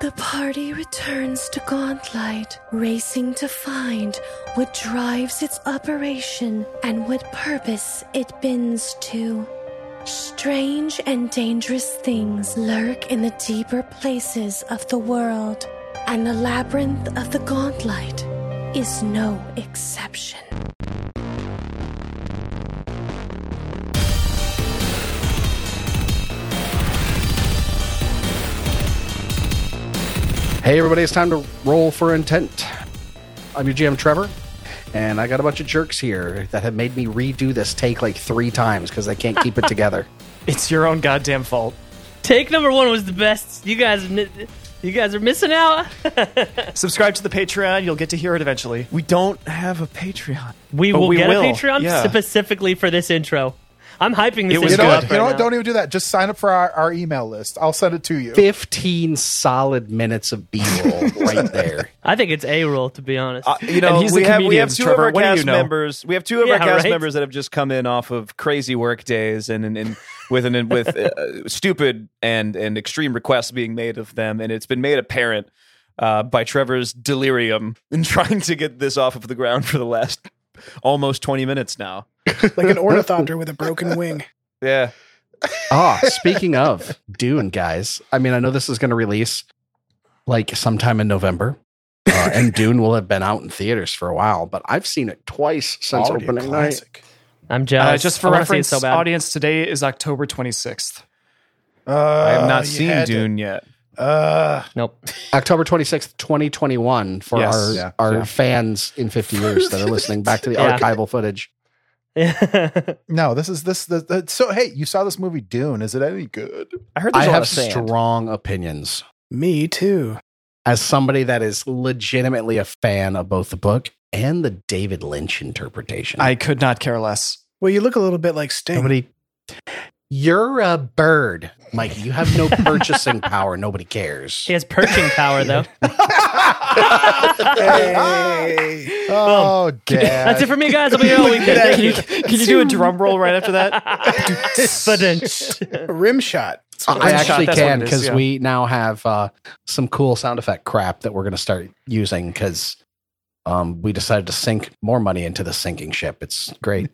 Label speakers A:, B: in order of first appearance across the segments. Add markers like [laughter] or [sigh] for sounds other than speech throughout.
A: The party returns to Gauntlight, racing to find what drives its operation and what purpose it bends to. Strange and dangerous things lurk in the deeper places of the world, and the labyrinth of the Gauntlight is no exception.
B: Hey, everybody, it's time to roll for intent. I'm your GM, Trevor, and I got a bunch of jerks here that have made me redo this take like three times because they can't
C: [laughs]
B: keep it together.
D: It's your own goddamn fault.
C: Take number one was the best. You guys, you guys are missing out.
D: Subscribe to the Patreon. You'll get to hear it eventually.
E: We don't have a Patreon.
C: We
D: But
C: will
D: we
C: get
D: will.
C: a Patreon
D: Yeah.
C: specifically for this intro. I'm hyping this
D: It
E: You
D: was
C: intro
E: know
C: up
E: what?
D: good.
C: right
E: You know
C: now.
E: what? Don't even do that. Just sign up for our, our email list. I'll send it to you.
B: 15 solid minutes of B roll right there.
C: I think it's a roll to be honest.
F: Uh, you know,
D: And he's the
F: we have, we
D: comedian,
F: have two
D: Trevor.
F: of our
D: What do you
F: cast
D: know?
F: members. We have two of our
C: Yeah,
F: cast
C: right?
F: members that have just come in off of crazy work days and and, and with an and with uh, stupid and and extreme requests being made of them, and it's been made apparent uh, by Trevor's delirium in [laughs] trying to get this off of the ground for the last almost twenty minutes now.
G: like an ornithopter with a broken wing.
F: Yeah,
C: [laughs]
B: Ah, speaking of Dune, guys, I mean, I know this is going to release like sometime in November, uh, and
C: [laughs]
B: Dune will have been out in theaters for a while, but I've seen it twice since
G: Already a
B: opening night.
G: classic.
C: I'm
D: Uh,
C: jealous.
D: just for
C: I wanna see it
D: reference,
C: so bad.
D: audience, today is October 26th.
E: Uh,
F: I have not
E: you
F: seen
E: had to-
F: Dune yet.
E: Uh,
C: Nope.
B: [laughs] October 26th, 2021, for
D: Yes.
B: our,
E: Yeah.
B: our
E: Yeah.
B: fans in 50 years that are listening back to the
C: Yeah.
B: archival footage.
E: [laughs] no, this is this. this, this so hey, you saw this movie Dune. Is it any good?
F: I heard
B: I
F: there's a lot
B: have
F: of sand.
B: strong opinions
G: Me too.
B: as somebody that is legitimately a fan of both the book and the David Lynch interpretation.
D: I could not care less.
G: Well, you look a little bit like Sting.
B: nobody, you're a bird, Mikey. You have no purchasing power. Nobody cares.
C: he has perching power
B: [laughs]
C: though.
G: Hey.
D: [laughs]
E: Oh, dad.
C: That's it for me, guys. I'll be here all weekend.
G: Exactly.
C: Thank
D: Can you,
C: you.
D: can you do a drum roll right after that?
C: Ba-dunch.
G: Rim shot.
B: I
D: Rim shot,
B: actually
D: that's what
B: can
D: it is,
B: because
D: yeah.
B: we now have uh, some cool sound effect crap that we're going to start using because um, we decided to sink more money into the sinking ship. It's
D: [laughs]
B: great.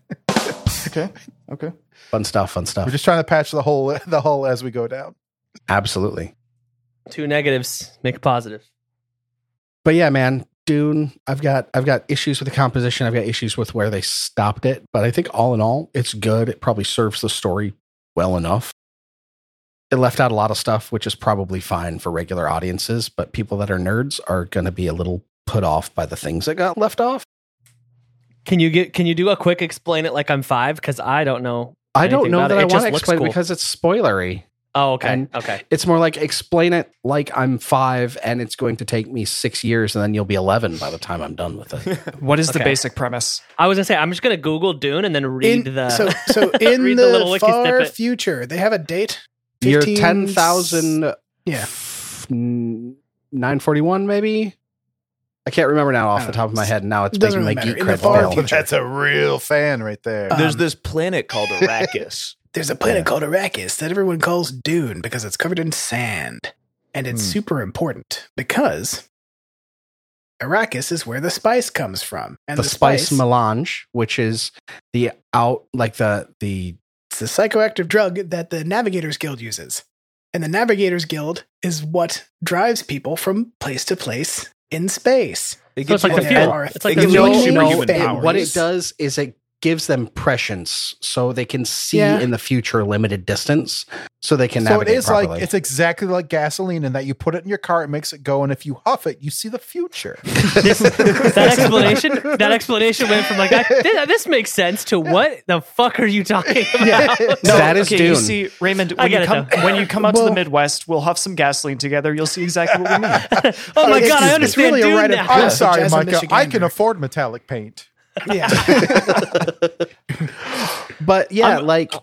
E: Okay. Okay.
B: Fun stuff. Fun stuff.
E: We're just trying to patch the hole the hole as we go down.
B: Absolutely.
C: Two negatives make a positive.
B: but yeah, man, Dune. I've got I've got issues with the composition. I've got issues with where they stopped it. But I think all in all, it's good. It probably serves the story well enough. It left out a lot of stuff, which is probably fine for regular audiences, but people that are nerds are going to be a little put off by the things that got left off.
C: Can you get? Can you do a quick explain it like I'm five? Because I don't know.
B: I don't
C: Anything
B: know
C: about
B: that
C: it.
B: I
C: It
B: want
C: just
B: to
C: looks
B: explain
C: cool.
B: it because it's spoilery.
C: Oh, okay,
B: And-
C: okay.
B: It's more like explain it like I'm five and it's going to take me six years and then you'll be 11 by the time I'm done with it.
D: [laughs] What is the
C: Okay.
D: basic premise?
C: I was gonna say I'm just gonna Google Dune and then read
G: In-
C: the.
G: so
C: [laughs]
G: so in
C: read
G: the,
C: the little wiki
G: far
C: snippet.
G: future, they have a date.
B: You're
G: 15
B: 10,000
G: Yeah.
B: nine forty one, maybe. I can't remember now off the top of my head. Now it's
G: Doesn't
B: making my
G: really
B: geek
G: matter. In the
B: cred
G: far
B: fail.
G: future.
E: That's a real fan right there.
G: Uh,
F: There's
G: Um,
F: this planet
E: [laughs]
F: called Arrakis.
G: There's a planet called Arrakis that everyone calls Dune because it's covered in sand, and it's
B: Hmm.
G: super important because Arrakis is where the spice comes from, and
B: the spice, melange, which is the out like the the
G: It's a psychoactive drug that the Navigators Guild uses. And the Navigators Guild is what drives people from place to place in space.
F: It
C: So it's
F: gives you
C: like the
F: that-
C: fuel.
G: are
C: It's like
F: it
C: the
F: gives you
G: No,
C: fuel.
F: all
G: no,
F: superhuman
G: it-
F: powers.
B: what it does is it gives them prescience so they can see
G: Yeah.
B: in the future limited distance so they can
E: so it
B: navigate
E: is
B: properly.
E: like it's exactly like gasoline in that you put it in your car, it makes it go, and if you huff it, you see the future.
C: [laughs] that explanation. That explanation went from like I, this, this makes sense to what the fuck are you talking about?
D: [laughs]
B: that is
D: okay,
B: Dune.
D: You see, Raymond,
C: I
D: when
C: get
D: you
C: it,
D: come
C: though.
D: when you come out to
E: Well-
D: the Midwest, we'll huff some gasoline together. You'll see exactly what we mean.
C: [laughs] Oh my
G: It's-
C: god, I
G: it's
C: understand
G: really a
C: Dune
G: rite of
C: now.
E: I'm
G: Yeah.
E: sorry,
G: Jazz on
E: Micah. I can
G: Michigander.
E: afford metallic paint.
G: Yeah.
B: but yeah, like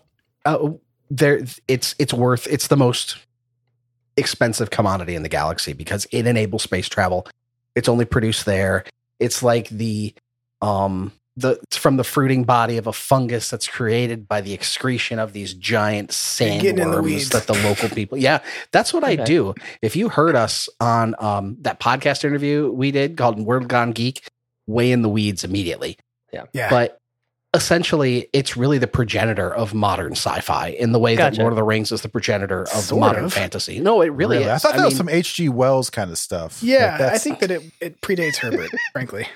B: uh, there, it's it's worth it's the most expensive commodity in the galaxy because it enables space travel. It's only produced there. It's like the um the from the fruiting body of a fungus that's created by the excretion of these giant
G: getting in the
B: sandworms
G: weeds.
B: that the local people. Yeah, that's what I
C: Okay.
B: do. If you heard us on um, that podcast interview we did called World Gone Geek, way in the weeds immediately.
G: Yeah.
B: But essentially, it's really the progenitor of modern sci-fi in the way that
C: Gotcha.
B: Lord of the Rings is the progenitor of
G: Sort
B: modern
G: of.
B: fantasy. No, it really, is.
E: I thought that was
B: mean,
E: some H.G. Wells kind of stuff. Like,
G: yeah, I
E: that's-
G: think that it, it predates
B: [laughs]
G: Herbert, frankly.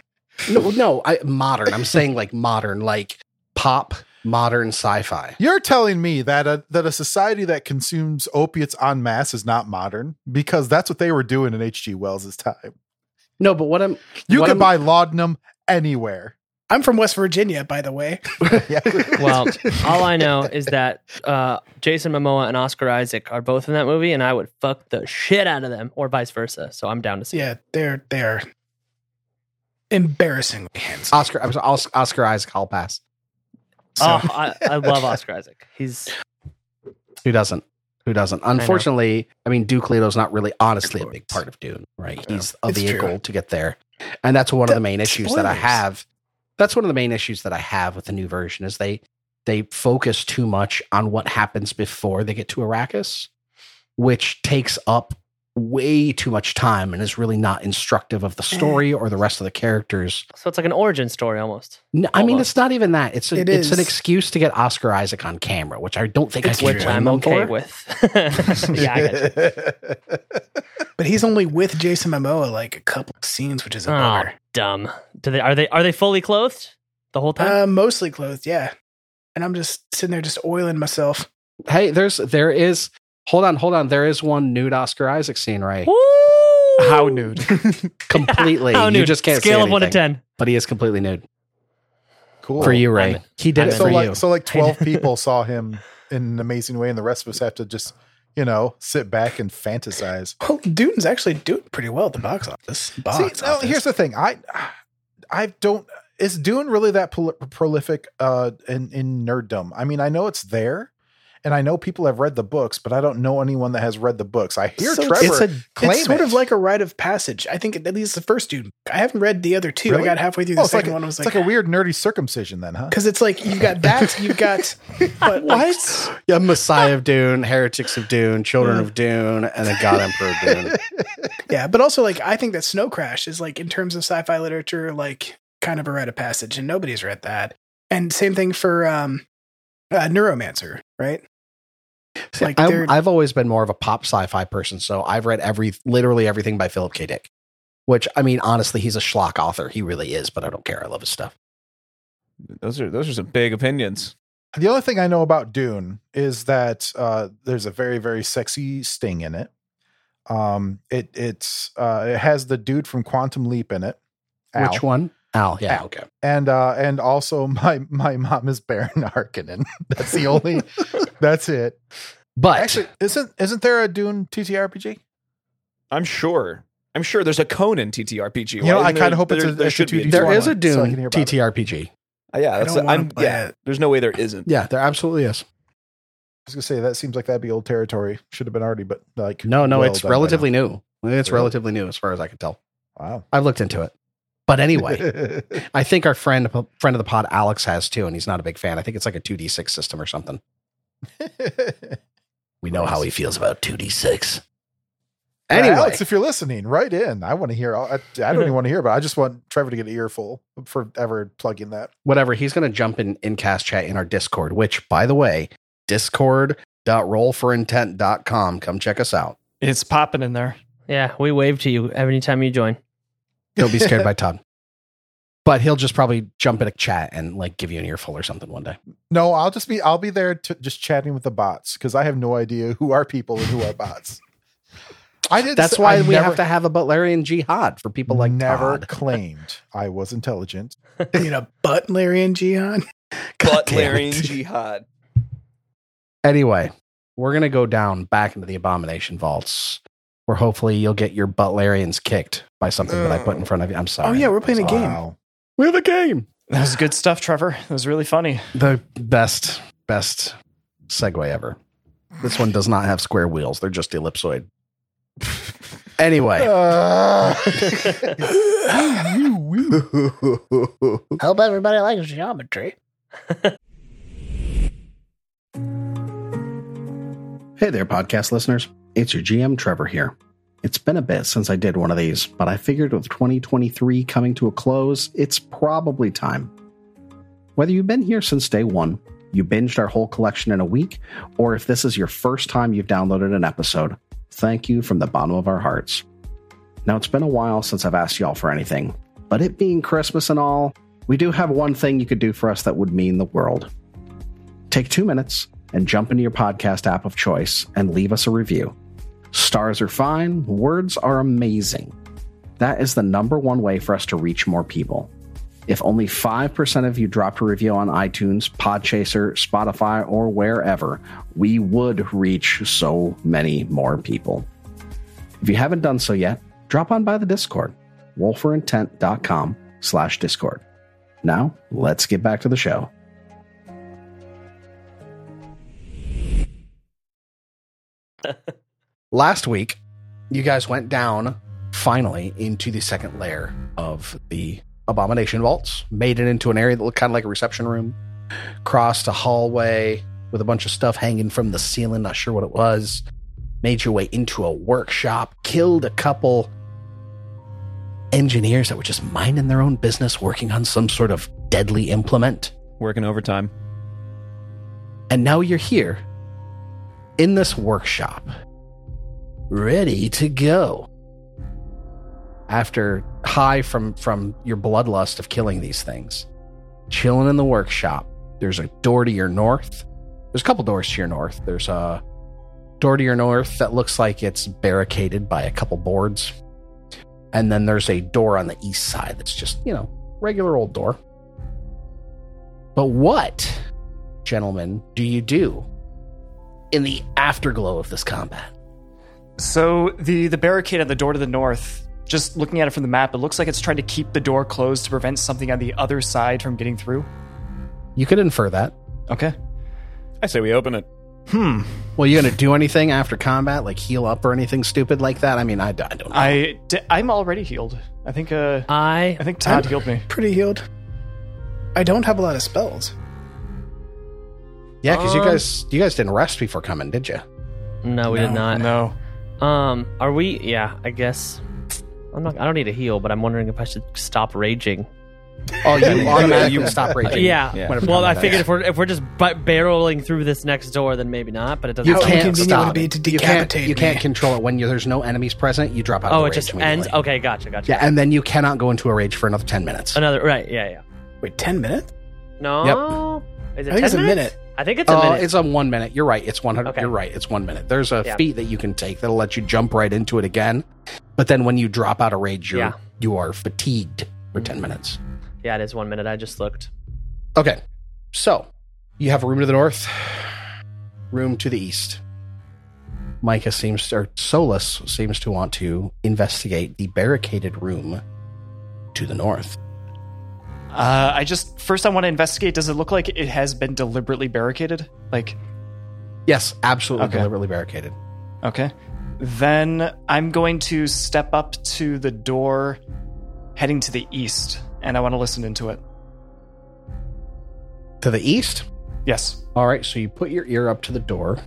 B: No, no, I, modern. I'm saying like modern, like pop modern sci-fi.
E: You're telling me that a, that a society that consumes opiates en masse is not modern because that's what they were doing in H.G. Wells' time.
B: No, but what I'm
E: You
B: what
E: could
B: I'm-
E: buy laudanum anywhere.
G: I'm from West Virginia, by the
B: [laughs]
G: way.
E: Yeah.
D: [laughs]
C: Well, all I know is that uh, Jason Momoa and Oscar Isaac are both in that movie, and I would fuck the shit out of them, or vice versa. So I'm down to see.
G: Yeah, they're they're embarrassingly handsome.
B: Oscar. I was Os- Oscar Isaac. I'll pass.
C: it. Oh, I, I
D: [laughs]
C: love Oscar Isaac. He's
B: Who doesn't? Who doesn't? Unfortunately, I, mean, Duke Leto's not really, honestly, a big part of Dune, right? He's a
G: It's true.
B: vehicle to get there, and that's one of the main issues that I
G: spoilers.
B: have. That's one of the main issues that I have with the new version is they they focus too much on what happens before they get to Arrakis, which takes up way too much time and is really not instructive of the
G: Mm.
B: story or the rest of the characters.
C: so it's like an origin story almost.
B: No, I mean,
C: Almost.
B: it's not even that. It's a,
G: It
B: it's an
G: is.
B: excuse to get Oscar Isaac on camera, which I don't think
G: It's
B: I can
C: which
B: blame
C: I'm
B: them
C: okay
B: for.
C: with. [laughs] yeah, I got you.
G: [laughs]
D: [laughs]
G: But he's only with Jason Momoa like a couple of scenes, which is a
C: Oh,
G: bummer.
C: dumb. Do they are they are they fully clothed the whole time?
G: Uh, mostly clothed, yeah. And I'm just sitting there just oiling myself.
B: Hey, there's there is hold on, hold on. There is one nude Oscar Isaac scene, right?
C: Woo! [laughs]
F: How nude?
B: Completely.
C: How
B: You
C: nude?
B: just can't
C: scale
B: see
C: of one to
B: anything,
C: ten.
B: But he is completely nude.
E: cool.
B: For you, Ray.
C: I'm-
B: he did
C: I'm
B: it
C: in.
E: So
B: for
E: like
B: you.
E: so
B: [laughs]
E: like 12 people saw him in an amazing way and the rest of us have to just, you know, sit back and fantasize.
G: Well, Dune's actually doing pretty well at the box office. Box
E: See, no,
G: office.
E: here's the thing. I I don't is Dune really that prol- prolific uh in in nerddom? I mean, I know it's there and I know people have read the books, but I don't know anyone that has read the books. I hear
G: So
E: Trevor
G: it's
B: a-
E: claim
G: it's sort
E: it.
G: of like a rite of passage. I think at least the first Dune. I haven't read the other two.
E: Really?
G: I got halfway through the
E: Oh, it's like,
G: second
E: a-
G: one. I was
E: it's
G: like, "Ah."
E: like a weird nerdy circumcision then, huh?
G: because it's like you've got that,
E: [laughs]
G: you've got but like,
B: yeah, Messiah of Dune, Heretics of Dune, Children of Dune, and then God Emperor of
C: [laughs]
B: Dune.
G: [laughs] yeah, but also like I think that Snow Crash is like in terms of sci-fi literature, like kind of a rite of passage, and nobody's read that. And same thing for um, uh, Neuromancer, right?
B: See,
G: Like
B: I'm-
G: they're-
B: I've always been more of a pop sci-fi person, so I've read every literally everything by Philip K. Dick. Which I mean, honestly, he's a schlock author. He really is, but I don't care. I love his stuff.
F: Those are those are some big opinions.
E: The only thing I know about Dune is that uh, there's a very very sexy sting in it. Um, it it's uh, it has the dude from Quantum Leap in it. Al.
B: Which one? Al. Yeah.
E: Al.
B: Okay.
E: And uh, and also [laughs] my my mom is Baron Harkonnen. [laughs] That's the only.
B: [laughs]
E: that's it.
B: But
E: Actually, isn't isn't there a Dune TTRPG?
F: I'm sure. I'm sure there's a Conan TTRPG.
E: You know,
F: Why
E: I
F: isn't there-
E: kinda hope it's
F: there-
E: a-
F: there
E: it's a
F: should be
E: 2D
B: there
E: one,
B: is
E: so
B: a
E: I
B: Dune
E: can hear about it.
B: TTRPG.
F: Uh, yeah,
G: I
F: that's
G: don't want
F: I'm,
G: to play
F: yeah.
G: it.
F: There's no way there isn't.
B: Yeah, there absolutely is.
E: I was gonna say that seems like that'd be old territory. Should have been already, but like
B: No, no,
E: well
B: it's
E: done by now.
B: relatively new. It's
E: Really?
B: relatively new as far as I can tell.
E: wow.
B: I've looked into it.
E: [laughs]
B: But anyway, [laughs]
E: Anyway,
B: I think our friend friend of the pod Alex has too, and he's not a big fan. I think it's like a two D six system or something. We know how he feels about two D six. Anyway,
E: Alex, if you're listening, write in. I want to hear. I, I don't even want to hear, but I just want Trevor to get an earful for ever plugging that.
B: whatever. He's going to jump in in cast chat in our Discord, which, by the way, discord.rollforintent.com. Come check us out.
D: It's popping in there.
C: Yeah, we wave to you every time you join.
B: He'll be scared by Todd, [laughs] but he'll just probably jump in a chat and like give you an earful or something one day.
E: No, I'll just be I'll be there to just chatting with the bots because I have no idea who are people and who are bots. I did.
B: That's why we have to have a Butlerian jihad for people like
E: never
B: Todd. [laughs]
E: claimed I was
C: [laughs]
E: intelligent.
G: You know, but Larry and [laughs] Gian.
B: God damn
F: Butlerian
B: it.
F: jihad.
B: Anyway, we're gonna go down back into the abomination vaults, where hopefully you'll get your Butlerians kicked by something that I put in front of you. I'm sorry.
G: Oh, yeah, we're playing a game.
E: Wow.
B: We have a game.
D: That was good stuff, Trevor. That was really funny.
B: The best, best segue ever. This one does not have square wheels; they're just
G: [laughs]
B: ellipsoid. anyway,
E: Uh,
G: Hope everybody likes geometry.
B: Hey there, podcast listeners. It's your GM, Trevor, here. It's been a bit since I did one of these, but I figured with 2023 coming to a close, it's probably time. Whether you've been here since day one, you binged our whole collection in a week, or if this is your first time you've downloaded an episode, thank you from the bottom of our hearts. Now, it's been a while since I've asked y'all for anything, but it being Christmas and all, we do have one thing you could do for us that would mean the world take two minutes and jump into your podcast app of choice and leave us a review. Stars are fine, words are amazing. That is the number one way for us to reach more people. If only 5% of you dropped a review on iTunes, Podchaser, Spotify, or wherever, we would reach so many more people. If you haven't done so yet, drop on by the Discord, wolferintent.com slash Discord. Now, let's get back to the show. last week you guys went down finally into the second layer of the abomination vaults made it into an area that looked kind of like a reception room crossed a hallway with a bunch of stuff hanging from the ceiling not sure what it was made your way into a workshop killed a couple engineers that were just minding their own business working on some sort of deadly implement
F: Working overtime.
B: and now you're here in this workshop, ready to go. After high from from your bloodlust of killing these things, chilling in the workshop. There's a door to your north. There's a couple doors to your north. There's a door to your north that looks like it's barricaded by a couple boards. And then there's a door on the east side that's just, you know, regular old door. But what, gentlemen, do you do in the afterglow of this combat.
D: So the the barricade on the door to the north. Just looking at it from the map, it looks like it's trying to keep the door closed to prevent something on the other side from getting through.
B: You could infer that.
D: Okay.
F: I say we open it.
D: Hmm.
B: Well, you gonna do anything after combat, like heal up or anything stupid like that? I mean, I, I don't. Know.
D: I d- I'm already healed. I think uh
C: I
D: I think Todd healed me.
G: Pretty healed. I don't have a lot of spells.
B: yeah, because you
C: um,
B: guys, you guys didn't rest before coming, did you?
C: no, we did
G: No,
C: not.
D: No.
C: Um, are we? Yeah, I guess. I'm not. I don't need a heal, but I'm wondering if I should stop raging. [laughs]
B: Oh, you automatically
F: you-
B: stop raging.
C: Yeah.
F: Yeah.
B: Whenever
C: Well, I
B: combat
C: figured
B: ends.
C: if we're if we're just b- barreling through this next door, then maybe not. But it doesn't.
B: you
G: How
B: can't
G: inconvenient would
B: stop
G: it be
B: it.
G: to
B: you can't,
G: decapitate
B: you can't
G: me?
B: control it when you, there's no enemies present. You drop out. of
C: oh,
B: the
C: it just
B: rage
C: ends.
B: immediately.
C: Okay, gotcha, gotcha.
B: Yeah, and then you cannot go into a rage for another ten minutes.
C: Another right. Yeah, yeah.
G: Wait, 10 minutes?
C: No. Is it
G: I
C: 10
G: think it's a
C: minutes?
G: minute.
C: I think it's a
B: Oh,
C: minute.
B: it's on one minute. You're right. It's one hundred.
C: Okay.
B: You're right. It's one minute. There's a
C: Yeah.
B: feat that you can take that'll let you jump right into it again, but then when you drop out of rage, you're,
C: Yeah.
B: you are fatigued for ten minutes.
C: yeah, it is one minute. I just looked.
B: Okay, so you have a room to the north, room to the east. Micah seems or Solus seems to want to investigate the barricaded room to the north.
D: Uh, I just first I want to investigate. Does it look like it has been deliberately barricaded? Like
B: Yes, absolutely
D: Okay.
B: deliberately barricaded.
D: okay, then I'm going to step up to the door, heading to the east, and I want to listen into it.
B: To the east,
D: Yes.
B: All right, so you put your ear up to the door.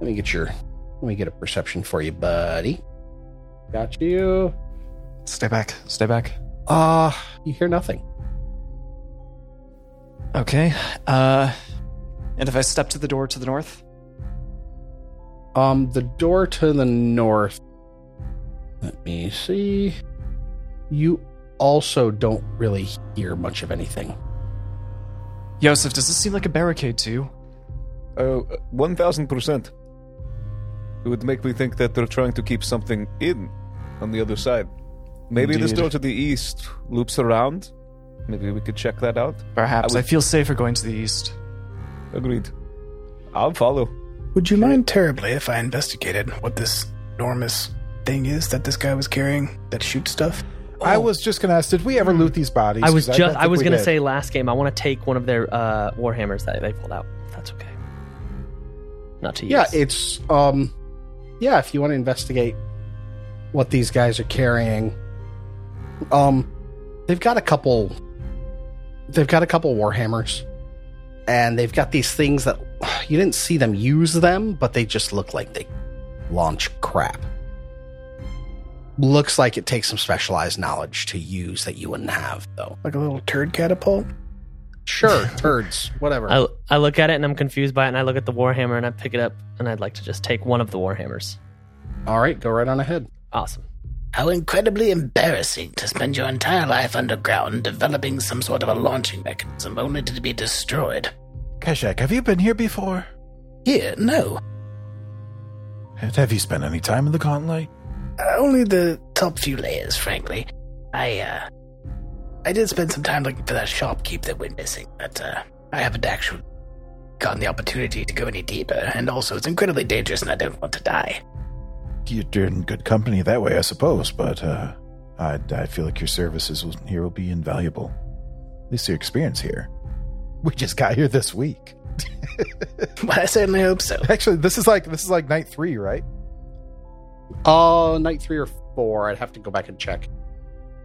B: Let me get your let me get a perception for you, buddy. Got you.
D: Stay back. Stay back.
B: Ah, you hear nothing.
D: Okay. Uh, and if I step to the door to the north,
B: Um the door to the north. Let me see. You also don't really hear much of anything.
D: Yosef, does this seem like a barricade to you?
F: Oh, 1000%. It would make me think that they're trying to keep something in on the other side. Maybe this
D: Indeed.
F: door to the east loops around. Maybe we could check that out.
D: Perhaps.
F: I
D: I,
F: would-
D: feel safer going to the east.
F: Agreed. I'll follow.
G: Would you mind terribly if I investigated what this enormous thing is that this guy was carrying that shoots stuff?
F: Oh.
E: I was just gonna ask, did we ever loot these bodies?
C: I was
E: 'Cause
C: just.
E: don't
C: I,
E: think
C: was
E: we
C: gonna
E: did.
C: say last game. I want to take one of their uh, warhammers that they pulled out. That's okay. Not to use.
B: Yeah, it's um yeah, if you want to investigate what these guys are carrying. Um they've got a couple they've got a couple warhammers and they've got these things that [sighs] you didn't see them use them but they just look like they launch crap looks like it takes some specialized knowledge to use that you wouldn't have though
G: Like a little turd catapult.
C: [laughs]
B: sure turds whatever
C: I, I look at it and I'm confused by it, and I look at the Warhammer and I pick it up, and I'd like to just take one of the Warhammers.
B: all right go right on ahead
C: Awesome.
G: How incredibly embarrassing to spend your entire life underground developing some sort of a launching mechanism only to be destroyed.
E: Keshak, have you been here before?
G: Here, no.
E: And Have you spent any time in the gauntlet?
G: Uh, only the top few layers, frankly. I, uh. I did spend some time looking for that shopkeep that went missing, but, uh, I haven't actually gotten the opportunity to go any deeper, and also it's incredibly dangerous and I don't want to die.
E: You're in good company that way, I suppose, but uh, I, I feel like your services will- here will be invaluable. At least your experience here. We just got here this week.
G: [laughs] Well, I certainly hope so.
E: Actually, this is like this is like night three, right?
B: uh night three or four i'd have to go back and check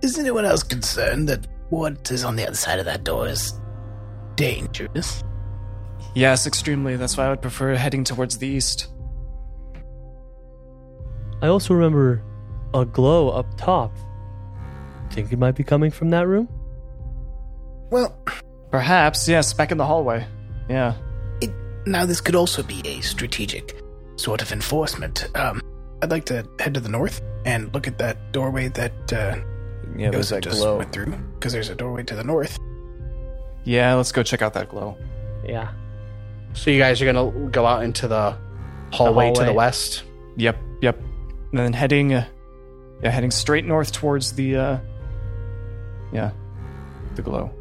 G: Is anyone else concerned that what is on the other side of that door is dangerous?
D: Yes, extremely. That's why I would prefer heading towards the east.
C: I also remember a glow up top. Think it might be coming from that room?
G: Well,
D: Perhaps, yes, back in the hallway. Yeah.
G: it, now this could also be a strategic sort of enforcement. Um, I'd like to head to the north and look at that doorway that uh,
F: Yeah, there's
G: Yosa
F: that
G: just
F: glow.
G: went through, because there's a doorway to the north.
D: Yeah, let's go check out that glow.
C: Yeah.
B: so you guys are gonna go out into the hallway, to the
C: hallway.
B: west
D: Yep, yep. And then heading, uh, yeah, heading straight north towards the, uh, yeah, the glow.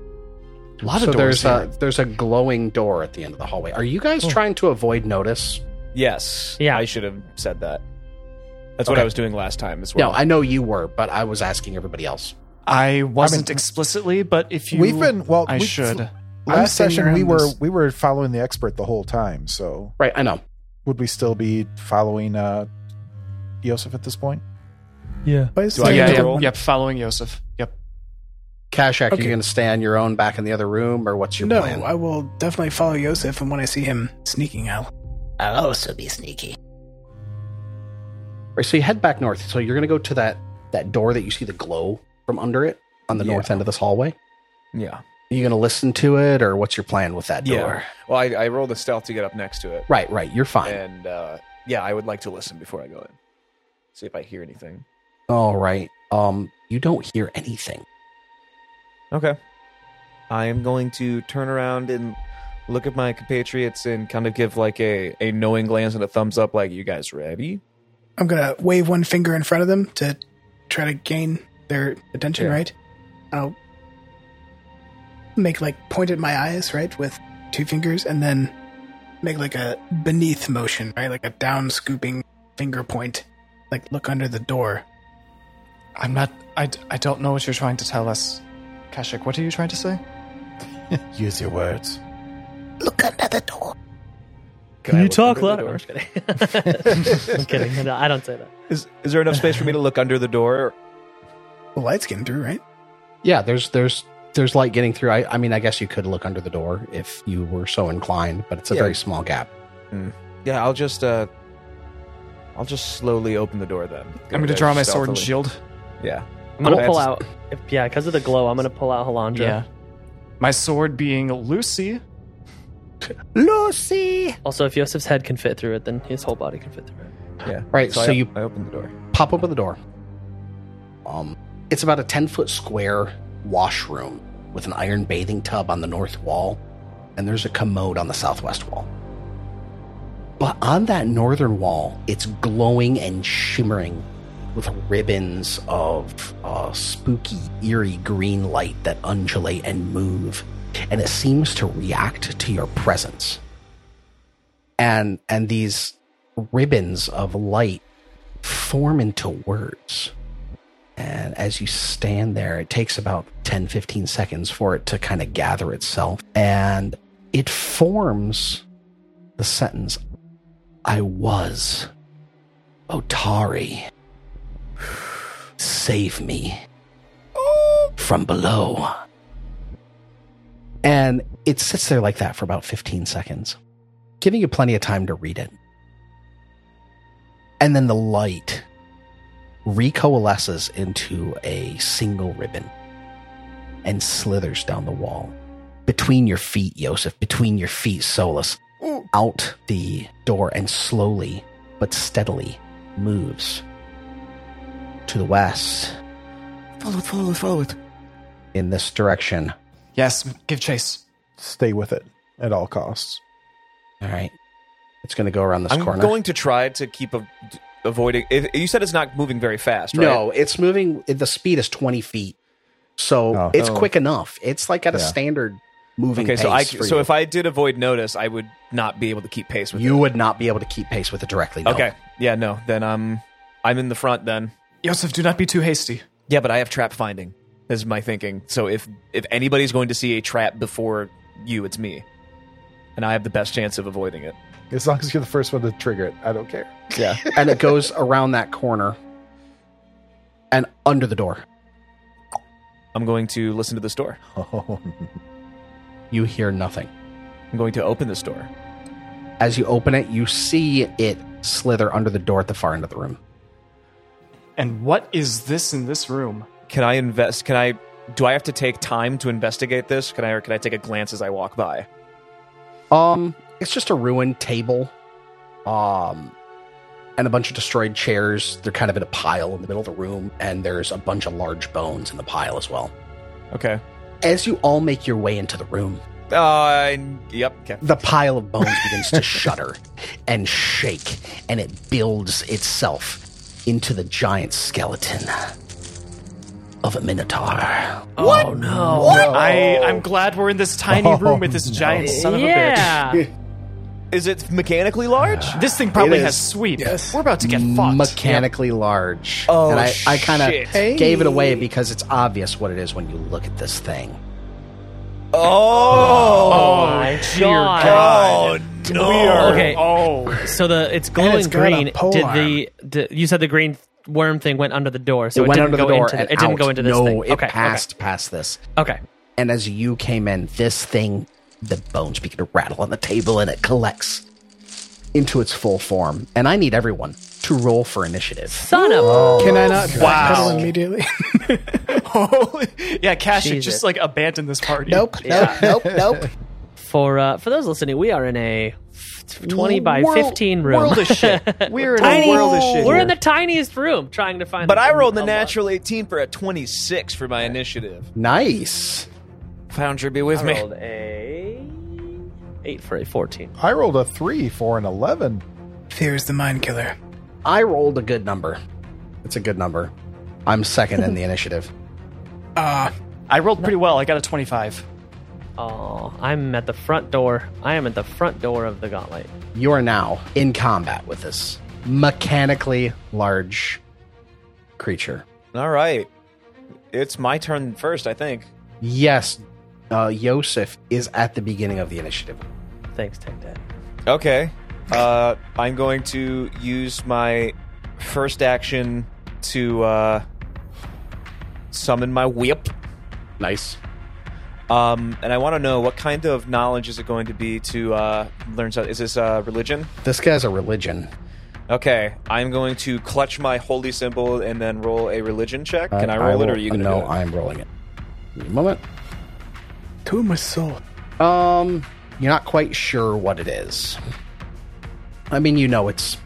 D: A lot
B: so
D: of doors
B: there's
D: here.
B: a there's a glowing door at the end of the hallway are you guys trying to avoid notice
F: Yes.
C: Yeah.
F: I should have said that. That's what
B: Okay.
F: I was doing last time as well.
B: no i know you were but i was asking everybody else
D: I
E: I
D: wasn't
E: mean-
D: explicitly, but if you,
E: We've been well.
D: I
E: we-
D: should.
E: Last
G: sitting
E: session we
G: around
E: were
G: this-
E: we were following the expert the whole time. So
B: right i know
E: would we still be following uh, Yosef at this
G: [laughs]
E: point?
C: Yeah.
G: Why is
F: Do I
G: there
F: get
G: a
F: to
D: yeah,
G: door-
F: roll?
D: yep, yep, following Yosef. Yep.
B: Kashak,
G: Okay.
B: you're going to stay on your own back in the other room, or what's your
G: No,
B: plan?
G: I will definitely follow Yosef, and when I see him sneaking, I'll. I'll also be sneaky.
B: Right, so you head back north. So you're going to go to that that door that you see the glow from under it on the
F: Yeah.
B: north end of this hallway.
F: yeah.
B: Are you going to listen to it, or what's your plan with that door?
F: Yeah. Well, I, I rolled a stealth to get up next to it.
B: Right, right. You're fine.
F: And uh, yeah, I would like to listen before I go in. See if I hear anything.
B: All right. Um, you don't hear anything.
F: Okay. I am going to turn around and look at my compatriots and kind of give like a, a knowing glance and a thumbs up, like, you guys ready?
G: I'm gonna wave one finger in front of them to try to gain their attention,
F: Yeah.
G: right? I'll make like point at my eyes, right, with two fingers, and then make like a beneath motion, right, like a down scooping finger point, like look under
C: [laughs]
G: the door.
D: I'm not. I, d- I don't know what you're trying to tell us. Kashik, what are you trying to
B: [laughs]
D: say?
E: Use your words.
G: Look under the door.
C: Can
F: I
C: you
F: look
C: talk
F: under the
C: louder? I'm
F: door?
C: just kidding. I'm kidding. No, I don't say that.
F: Is, is there enough space for me to look under the door?
G: The light's getting through, right?
B: Yeah, there's there's there's light getting through. I, I mean, I guess you could look under the door if you were so inclined, but it's a
F: Yeah.
B: very small gap.
F: Yeah, I'll just uh I'll just slowly open the door then.
D: I'm going to draw my sword and shield.
F: Yeah.
C: I'm going to
F: Cool.
C: pull out. If, yeah, because of the glow, I'm going to pull out Halandra.
D: Yeah. My sword being Lucy.
B: Lucy.
C: Also, if Yosef's head can fit through it, then his whole body can fit through it.
F: Yeah.
B: Right, so
F: I,
B: you-
F: I open the door.
B: pop open the door. Um, it's about a 10 foot square washroom with an iron bathing tub on the north wall, and there's a commode on the southwest wall. But on that northern wall, it's glowing and shimmering with ribbons of uh, spooky, eerie green light that undulate and move, and it seems to react to your presence. And and these ribbons of light form into words. And as you stand there, it takes about 10, 15 seconds for it to kind of gather itself. And it forms the sentence I was Otari. Save me. from below. And it sits there like that for about 15 seconds, giving you plenty of time to read it. And then the light recoalesces into a single ribbon and slithers down the wall. Between your feet, Yosef, between your feet, Solus, out the door and slowly but steadily moves to the west
H: Follow it, follow it, follow it.
B: in this direction.
D: Yes, give chase.
E: Stay with it at all costs.
B: All right. It's going to go around this
F: I'm
B: corner.
F: going to try to keep a, avoiding. If, you said it's not moving very fast, right?
B: No, it's moving. The speed is 20 feet. So
E: Oh.
B: it's
F: Oh.
B: quick enough. It's like at a
E: Yeah.
B: standard moving
F: Okay,
B: pace.
F: so I
B: for
F: so
B: you.
F: if I did avoid notice, I would not be able to keep pace with
B: you
F: it.
B: would not be able to keep pace with it directly. no.
F: Okay, yeah, no, then I'm I'm in the front then.
D: Yosef, do not be too hasty.
F: Yeah, but I have trap finding. Is my thinking. So if if anybody's going to see a trap before you, it's me, and I have the best chance of avoiding it.
E: As long as you're the first one to trigger it, I don't care.
F: Yeah.
B: [laughs] and it goes around that corner and under the door.
F: I'm going to listen to this door.
E: [laughs] Oh,
B: You hear nothing.
F: I'm going to open this door.
B: As you open it, you see it slither under the door at the far end of the room.
D: And what is this in this room?
F: Can I invest? Can I? Do I have to take time to investigate this? Can I? Or can I take a glance as I walk by?
B: Um, it's just a ruined table, um, and a bunch of destroyed chairs. They're kind of in a pile in the middle of the room, and there's a bunch of large bones in the pile as well.
F: Okay.
B: As you all make your way into the room,
F: Uh. Yep. Okay.
B: the pile of bones begins [laughs] to shudder and shake, and it builds itself into the giant skeleton of a minotaur.
C: What? Oh, no.
D: I, I'm glad we're in this tiny room with this giant Oh, son of
C: yeah.
F: [laughs] Is it mechanically large?
D: a bitch. This thing probably
B: It
D: has
B: is.
D: sweep. We're about to get fucked.
B: Mechanically large.
F: Oh,
B: and I, I kind
F: shit.
B: of gave it away because it's obvious what it is when you look at this thing.
F: Oh.
C: my
D: God.
F: Oh, no.
C: Okay.
D: Oh,
C: So the it's glowing
E: it's got a
C: green.
E: pole
C: Did
E: arm.
C: the, the you said the green worm thing went under the door? So
B: it,
C: it,
B: went
C: didn't
B: under the
C: go
B: door
C: into
B: and
C: the, it didn't
B: out.
C: go into this
B: no,
C: thing.
B: it
C: okay,
B: passed past this.
C: Okay. okay.
B: And as you came in, this thing, the bones begin to rattle on the table and it collects into its full form. And I need everyone to roll for initiative.
C: Son of a
H: Can I not
D: Wow.
H: backpedal immediately?
D: Holy- yeah, Cash should
C: Jesus.
D: just like abandon this party.
H: nope.
B: Nope,
G: [laughs]
B: nope, nope.
C: for uh, for those listening, we are in a twenty by
D: World-
C: fifteen room.
D: World
C: [laughs]
D: of shit. We're in
C: Tiny-
D: a world of shit.
C: We're
D: here.
C: in the tiniest room trying to find.
F: But I rolled
C: the
F: the natural 18 for a 26 for my initiative.
B: Nice.
F: Founder, be with
C: I
F: me.
C: rolled a eight for a fourteen.
E: I rolled a three for an 11.
H: Fear is the mind killer.
B: I rolled a good number. It's a good number. I'm
E: [laughs]
B: second in the initiative.
H: Ah,
D: I rolled pretty well. I got a 25.
C: Oh, I'm at the front door. I am at the front door of the gauntlet.
B: You are now in combat with this mechanically large creature.
F: All right. It's my turn first, I think.
B: Yes, uh, Yosef is at the beginning of the initiative.
C: Thanks, Tech Dad.
F: Okay. Uh, I'm going to use my first action to uh, summon my whip.
B: Nice.
F: Um, and I want to know what kind of knowledge is it going to be to uh, learn? So- is this uh, religion?
B: This guy's a religion.
F: Okay, I'm going to clutch my holy symbol and then roll a religion check. Can
B: Uh,
F: I roll it, or are
B: will-
F: you going to
B: No,
F: do it?
B: I'm rolling it. Give me a moment.
H: to my soul.
B: Um, you're not quite sure what it is. I mean, you know it's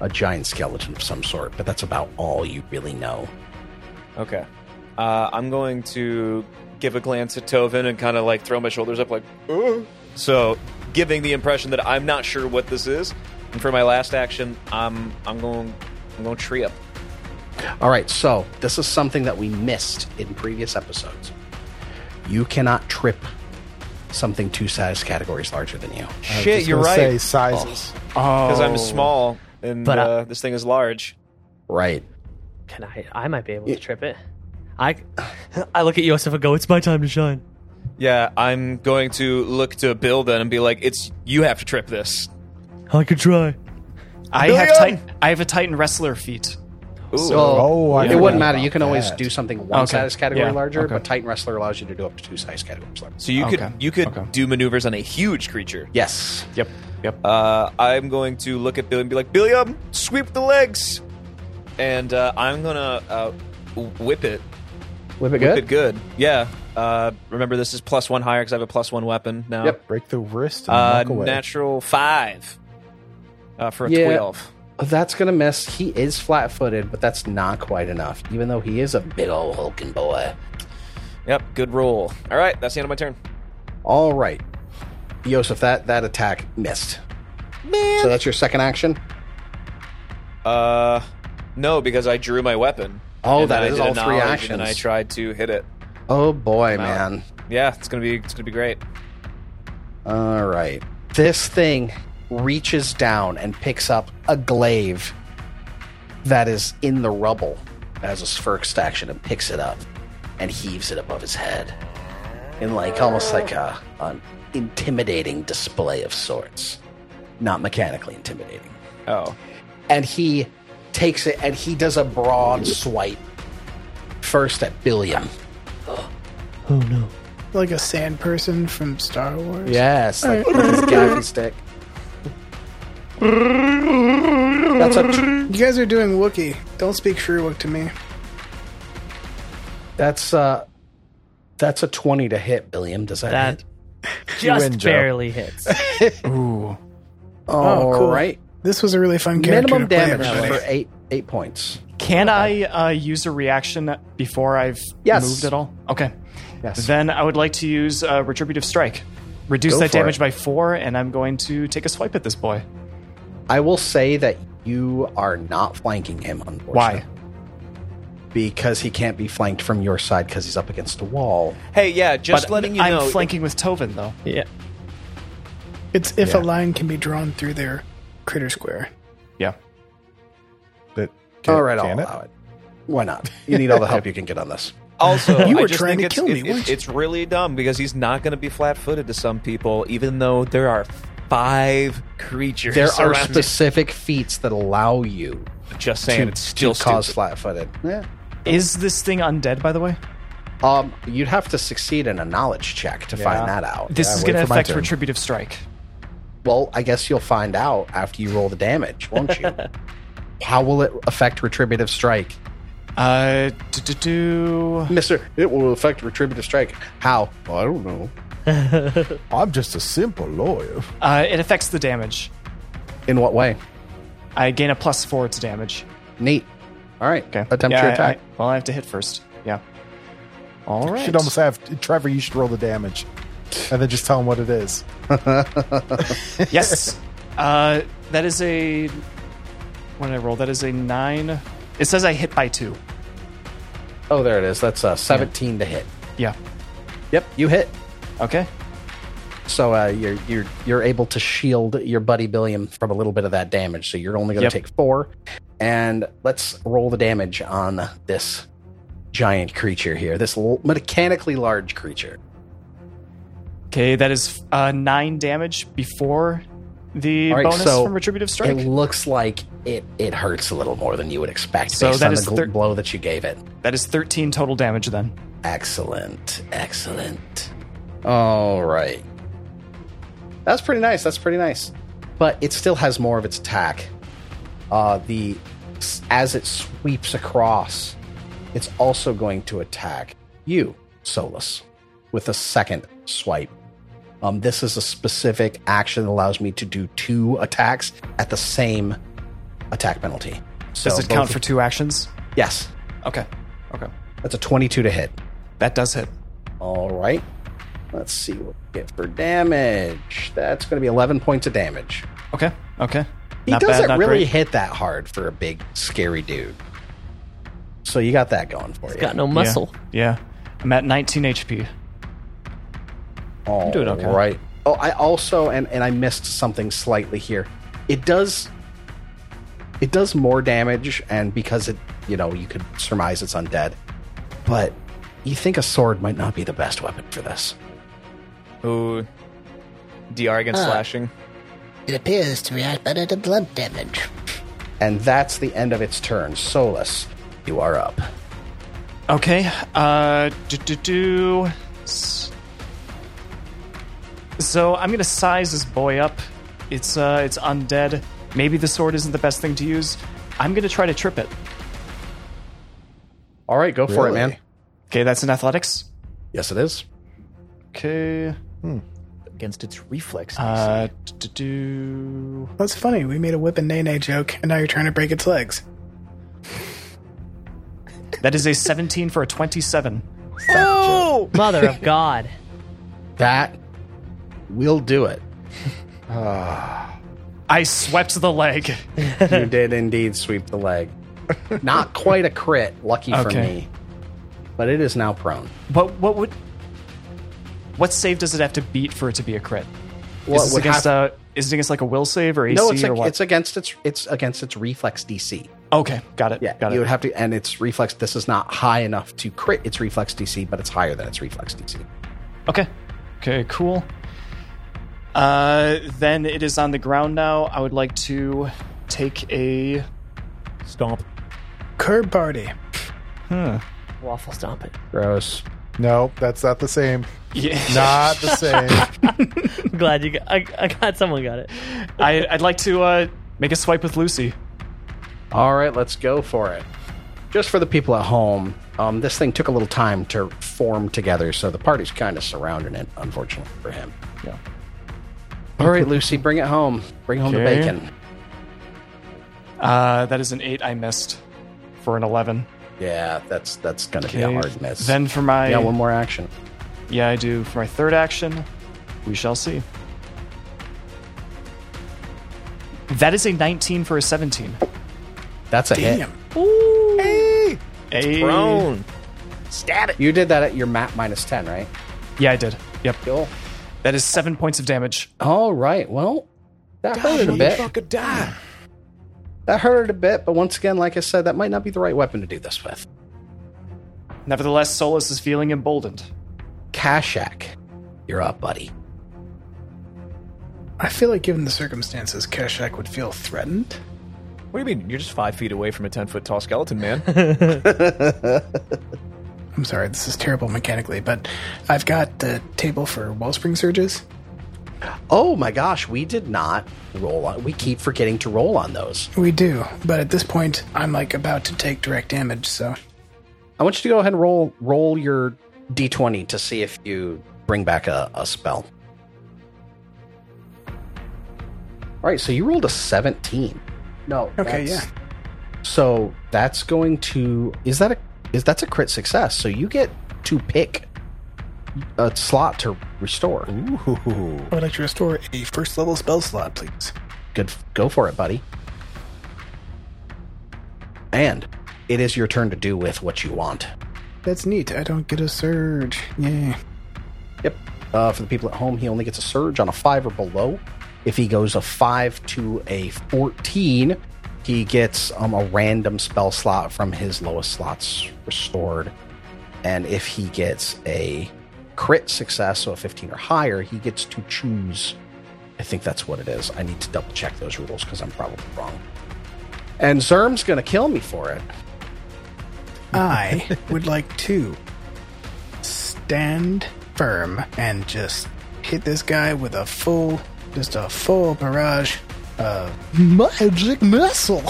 B: a giant skeleton of some sort, but that's about all you really know.
F: Okay. Uh, I'm going to give a glance at Tovin and kind of like throw my shoulders up, like, "Ooh." so giving the impression that I'm not sure what this is. And for my last action, I'm I'm going I'm going tree up.
B: All right, so this is something that we missed in previous episodes. You cannot trip something two size categories larger than you.
F: Shit,
E: Just
F: you're
E: gonna Say
F: right. Oh.
E: sizes.
D: Oh.
F: Because I'm small and
C: Oh. But I-
F: uh, this thing is large.
B: Right.
C: Can I? I might be able to trip it. I I look at Yosef and go, "It's my time to shine."
F: Yeah, I'm going to look to Bill then and be like, "It's you have to trip this."
C: I could try.
D: I have, tit- I have a Titan wrestler feat.
B: So
E: Oh, I
B: it
E: forgot
B: wouldn't matter.
E: about
B: You can always
E: that.
B: do something one
D: Okay.
B: size category
D: Yeah.
B: larger,
D: Okay.
B: but Titan Wrestler allows you to do up to two size categories larger.
F: So you could
D: Okay.
F: you could
D: Okay.
F: do maneuvers on a huge creature.
B: Yes.
D: Yep. Yep.
F: Uh, I'm going to look at Billy and be like, Billiam, sweep the legs, and uh, I'm gonna uh, whip it,
B: Whip it
F: whip it good. Yeah. Uh, remember, this is plus one higher because I have a plus one weapon now.
B: Yep.
E: Break the wrist and
F: Uh,
E: walk away.
F: natural five uh, for a
B: Yeah.
F: twelve.
B: That's gonna miss. He is flat footed, but that's not quite enough. Even though he is a big old hulking boy.
F: Yep. Good roll. All right. That's the end of my turn.
B: All right, Yosef, that that attack missed. Man. So that's your second action.
F: Uh, no, because I drew my weapon.
B: Oh,
F: And
B: that
F: then I
B: is
F: did a
B: all three
F: knowledge,
B: actions.
F: And I tried to hit it.
B: Oh boy,
F: out.
B: man.
F: Yeah, it's gonna be it's gonna be great.
B: All right. This thing reaches down and picks up a glaive that is in the rubble as a Sphyrx action and picks it up and heaves it above his head in like almost like a an intimidating display of sorts. Not mechanically intimidating.
F: Oh,
B: And he takes it and he does a broad swipe first at Billiam.
C: Oh,
H: Like a sand person from Star Wars.
B: Yes, like his gaffy
G: [laughs]
B: stick. That's a
H: You guys are doing Wookiee. Don't speak Shrewook to me.
B: That's uh that's a twenty to hit, Billiam. Does that,
C: That
B: hit?
C: just
E: win, Joe.
C: barely hits.
E: Ooh.
B: All
H: Oh, cool.
B: Oh, right.
H: This was a really fun character
B: Minimum
H: to play,
B: damage
H: everybody.
B: for eight eight points.
D: Can I uh, use a reaction before I've
B: Yes.
D: moved at all? Okay.
B: Yes.
D: Then I would like to use uh, Retributive Strike. Reduce
B: Go
D: that
B: for
D: damage
B: it.
D: by four, and I'm going to take a swipe at this boy.
B: I will say that you are not flanking him, unfortunately.
D: Why?
B: Because he can't be flanked from your side because he's up against a wall.
F: hey, yeah, just
D: But
F: letting you
D: I'm
F: know.
D: flanking with Tovin, though.
C: yeah.
H: It's if
B: Yeah.
H: a line can be drawn through their critter square.
D: Yeah.
E: But can,
B: All right, I'll
E: can it?
B: allow it. Why not? You need all the help you can get on this.
F: [laughs] also,
H: You
F: I
H: were
F: just
H: trying
F: think
H: to
F: it's,
H: kill
F: it-
H: me,
F: it-
H: weren't you?
F: it's really dumb because he's not going to be flat-footed to some people, even though there are five creatures.
B: There are
F: around
B: specific feats that allow you
F: him. Just
B: to,
F: saying, it's still
B: to cause
F: stupid.
B: flat footed. Yeah.
D: Is this thing undead, by the way?
B: Um, you'd have to succeed in a knowledge check to find that out.
D: This
E: Yeah,
D: is
E: wait
D: going to
E: for my
D: affect
E: turn.
D: Retributive Strike.
B: Well, I guess you'll find out after you roll the damage,
D: [laughs]
B: won't you? How will it affect retributive strike?
D: Uh, do, do, do.
B: Mister, it will affect retributive strike. How? Well, I don't know.
E: I'm just a simple lawyer.
D: Uh, it affects the damage.
B: In what way?
D: I gain a plus four to damage.
B: Neat. All right.
D: Okay.
B: Attempt
D: Yeah,
B: your
D: I-
B: attack.
D: I- well, I have to hit first. Yeah. All right.
E: Should [laughs] almost have Trevor. You should roll the damage, and then just tell him what it [laughs] is. [laughs]
D: Yes. uh, that is a. What did I roll? That is a nine. It says I hit by two.
B: oh, there it is. That's uh, 17 to hit.
D: Yeah.
B: Yep, you hit.
D: Okay.
B: So uh, you're you're you're able to shield your buddy Billiam from a little bit of that damage. So you're only going
D: Yep.
B: to take four. And let's roll the damage on this giant creature here. This l- mechanically large creature.
D: Okay. That is uh, nine damage before the
B: All right,
D: bonus
B: so
D: from retributive strike.
B: It looks like it it hurts a little more than you would expect
D: So
B: based
D: that
B: on the
D: is
B: gl-
D: thir-
B: blow that you gave it.
D: that is thirteen total damage. Then.
B: Excellent. Excellent. All right. That's pretty nice. That's pretty nice. But it still has more of its attack. Uh, the as it sweeps across, it's also going to attack you, Solus, with a second swipe. Um, this is a specific action that allows me to do two attacks at the same attack penalty. So
D: Does it count
B: both-
D: for two actions?
B: Yes,
D: Okay. Okay.
B: that's a twenty-two to hit.
D: That does hit.
B: All right. Let's see what we get for damage. That's going to be 11 points of damage.
D: Okay. Okay.
B: He
D: Not bad,
B: doesn't
D: not
B: really
D: great.
B: hit that hard for a big, scary dude. So you got that going for you.
C: Got no muscle.
D: Yeah. I'm at 19 HP.
B: All
D: doing okay.
B: Right. Oh, I also and and I missed something slightly here. It does it does more damage and because it, you know, you could surmise it's undead. But you think a sword might not be the best weapon for this.
F: Ooh, DR against slashing.
I: It appears to react better to blunt damage.
B: And that's the end of its turn. Solus, you are up.
D: Okay. Uh, do do do. S- So I'm gonna size this boy up. It's uh, it's undead. Maybe the sword isn't the best thing to use. I'm gonna try to trip it.
B: All right, go for it,
E: Really?
B: man.
D: Okay, that's in athletics.
B: Yes, it is.
D: Okay.
I: against its reflex.
D: Uh, do do.
H: That's funny. We made a whip and nay nay joke, and now you're trying to break its legs.
D: That is a 17 for a 27.
F: Oh!
C: Mother of God.
B: That will do it. Ah,
D: I swept the leg. [laughs]
B: you did indeed sweep the leg. Not quite a crit, lucky for
D: Okay.
B: me. But it is now prone.
D: But what would? What save does it have to beat for it to be a crit?
B: What
D: is this
B: would
D: against
B: hap-
D: uh, is it against like a will save or AC
B: no, it's,
D: or
B: ag-
D: what?
B: it's against its it's against its reflex DC.
D: okay, got it. got
B: you
D: it.
B: would have to, and its reflex. This is not high enough to crit its reflex DC, but it's higher than its reflex DC.
D: Okay. Okay, cool. Uh, then it is on the ground now. I would like to take a.
I: Stomp.
H: Curb party.
C: Waffle stomping.
B: Gross.
E: No, that's not the same.
D: Yeah,
E: Not
D: [laughs]
E: the same.
B: [laughs]
C: I'm glad you got, I, I got someone got it.
D: I, I'd like to uh, make a swipe with Lucy.
B: All right, let's go for it. Just for the people at home, um, this thing took a little time to form together, so the party's kind of surrounding it. Unfortunately for him.
D: Yeah.
B: All right, Lucy, bring it home. Bring home
D: Okay.
B: the bacon.
D: Uh, that is an eight. I missed for an eleven.
B: Yeah, that's that's gonna be a
D: Okay,
B: hard miss.
D: Then for my
B: yeah, one more action.
D: yeah, I do for my third action. We shall see. That is a nineteen for a seventeen.
B: That's a hit.
D: Hey.
I: Prone.
B: You did that at your map minus ten, right?
D: Yeah, I did. Yep.
B: Cool.
D: That is seven points of damage.
B: All right. Well, that hurt a bit.
I: die.
B: That hurt a bit, but once again, like I said, that might not be the right weapon to do this with.
D: Nevertheless, Solus is feeling emboldened.
B: Kashak, you're up, buddy.
H: I feel like, given the circumstances, Keshak would feel threatened.
F: What do you mean? You're just five feet away from a ten foot tall skeleton,
B: [laughs]
F: man.
H: I'm sorry, this is terrible mechanically, but I've got the table for wellspring surges.
B: Oh my gosh, we did not roll on. We keep forgetting to roll on those.
H: We do, but at this point, I'm like about to take direct damage, so
B: I want you to go ahead and roll roll your d20 to see if you bring back a, a spell. All right, so you rolled a 17. No.
H: Okay,
B: that's- So that's going to is that a is that's a crit success? So you get to pick a slot to restore.
E: Ooh.
H: I would like to restore a first level spell slot, please.
B: Good, go for it, buddy. And it is your turn to do with what you want.
H: That's neat. I don't get a surge. Yay.
B: Yep. Uh, for the people at home, he only gets a surge on a five or below. If he goes a five to a fourteen, he gets um, a random spell slot from his lowest slots restored. And if he gets a crit success, so a fifteen or higher, he gets to choose. I think that's what it is. I need to double check those rules because I'm probably wrong. And Zerm's gonna kill me for it.
H: I would like to stand firm and just hit this guy with a full, just a full barrage of magic missile.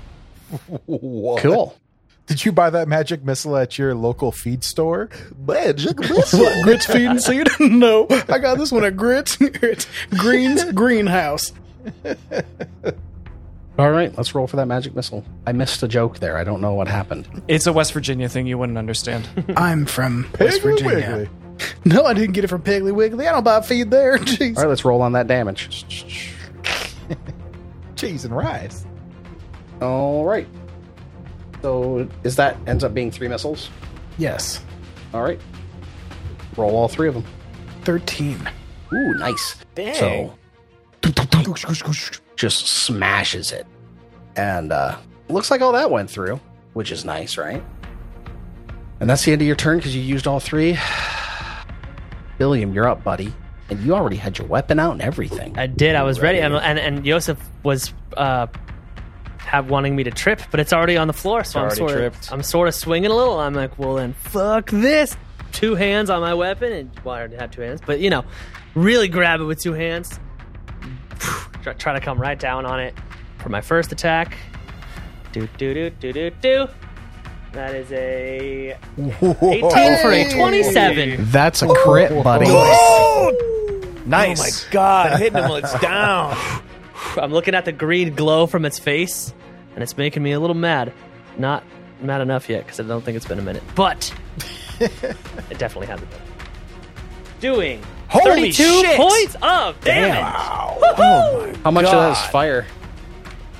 H: [laughs]
E: What?
B: Cool.
E: Did you buy that magic missile at your local feed store? [laughs]
B: Magic
H: What, grits feeding seed? no, I got this one at grits. It's
E: [laughs]
H: Green's greenhouse.
B: All right, let's roll for that magic missile. I missed a joke there. I don't know what happened.
D: It's a West Virginia thing you wouldn't understand.
H: I'm from West
E: Piggly
H: Virginia.
E: wiggly.
H: [laughs] No, I didn't get it from Piggly Wiggly. I don't buy feed there. [laughs] Jeez.
B: All right, let's roll on that damage.
E: Cheese and rice.
B: All right. So is that ends up being three missiles?
H: Yes.
B: All right. Roll all three of them.
H: 13.
B: Ooh, nice. So just smashes it. And uh looks like all that went through, which is nice, right? And that's the end of your turn because you used all three. [sighs] Billiam, you're up, buddy. And you already had your weapon out and everything.
C: I did. I was ready, and and, and Yosef was uh, have wanting me to trip, but it's already on the floor, so I'm
F: already
C: sort of
F: tripped.
C: I'm sort of swinging a little. I'm like, well then, fuck this. Two hands on my weapon, and well, I already had two hands, but you know, really grab it with two hands. Try, try to come right down on it for my first attack. Do do do do do do. That is a 18 for a 27.
B: That's a
C: Oh,
B: crit, buddy.
F: Nice. Oh my god, hitting him while it's down.
C: [laughs] I'm looking at the green glow from its face, and it's making me a little mad. Not mad enough yet, because I don't think it's been a minute.
F: [laughs]
C: But it definitely hasn't been. Doing 32
F: Holy shit.
C: points of damage.
B: How much of that is fire?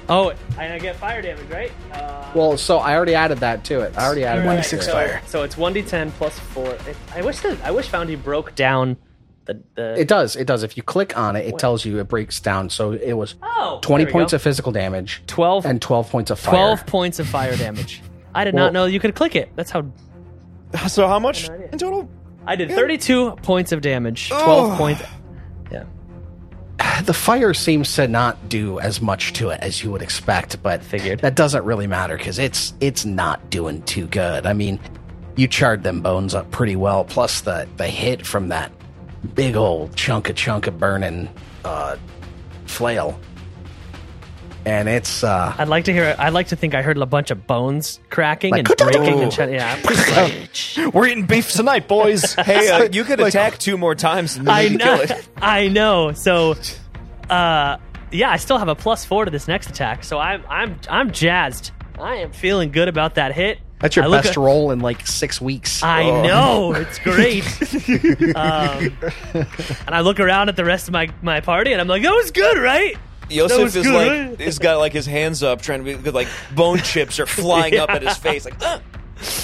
C: Oh, and I get fire damage, right? Uh,
B: Well, so I already added that to it. I already added
C: alright,
B: that to
C: so,
B: it.
H: fire.
C: So it's 1d10 plus 4. It, I wish that I wish Foundy broke down the. the
B: It does. It does. If you click on it, it tells you it breaks down. So it was
C: oh,
B: 20
C: there we
B: points
C: go.
B: of physical damage
C: 12
B: and 12 points of fire.
C: 12 points of fire damage. I did
B: Well-
C: not know you could click it. That's how
F: So how much
C: No idea.
F: in total?
C: I did 32 points of damage. 12 points. Yeah.
B: The fire seems to not do as much to it as you would expect, but
C: Figured.
B: that doesn't really matter because it's it's not doing too good. I mean, you charred them bones up pretty well, plus the the hit from that big old chunk of chunk of burning uh, flail, and it's uh,
C: I'd like to hear I'd like to think I heard a bunch of bones cracking
B: Like,
C: and breaking
F: [laughs]
C: and ch- yeah.
D: We're eating beef tonight,
F: [laughs]
D: boys.
F: Hey, uh, you could attack two more [laughs] times and then
C: I
F: you could
C: know. [laughs]
F: kill it.
C: I know. So uh yeah, I still have a plus 4 to this next attack. So I'm I'm I'm jazzed. I am feeling good about that hit.
B: that's your
C: I look
B: best
C: a-
B: roll in like six weeks. Oh.
C: I
F: Oh.
B: [laughs]
C: know it's great.
F: [laughs]
C: um, and I look around at the rest of my, my party, and I'm like, "That was good, right?" That
F: Yosef
C: was
F: is
C: good,
F: like,
C: right?
F: he's got like his hands up, trying to be like
C: [laughs]
F: bone chips are flying up at his face, like. "Ah." "Ugh."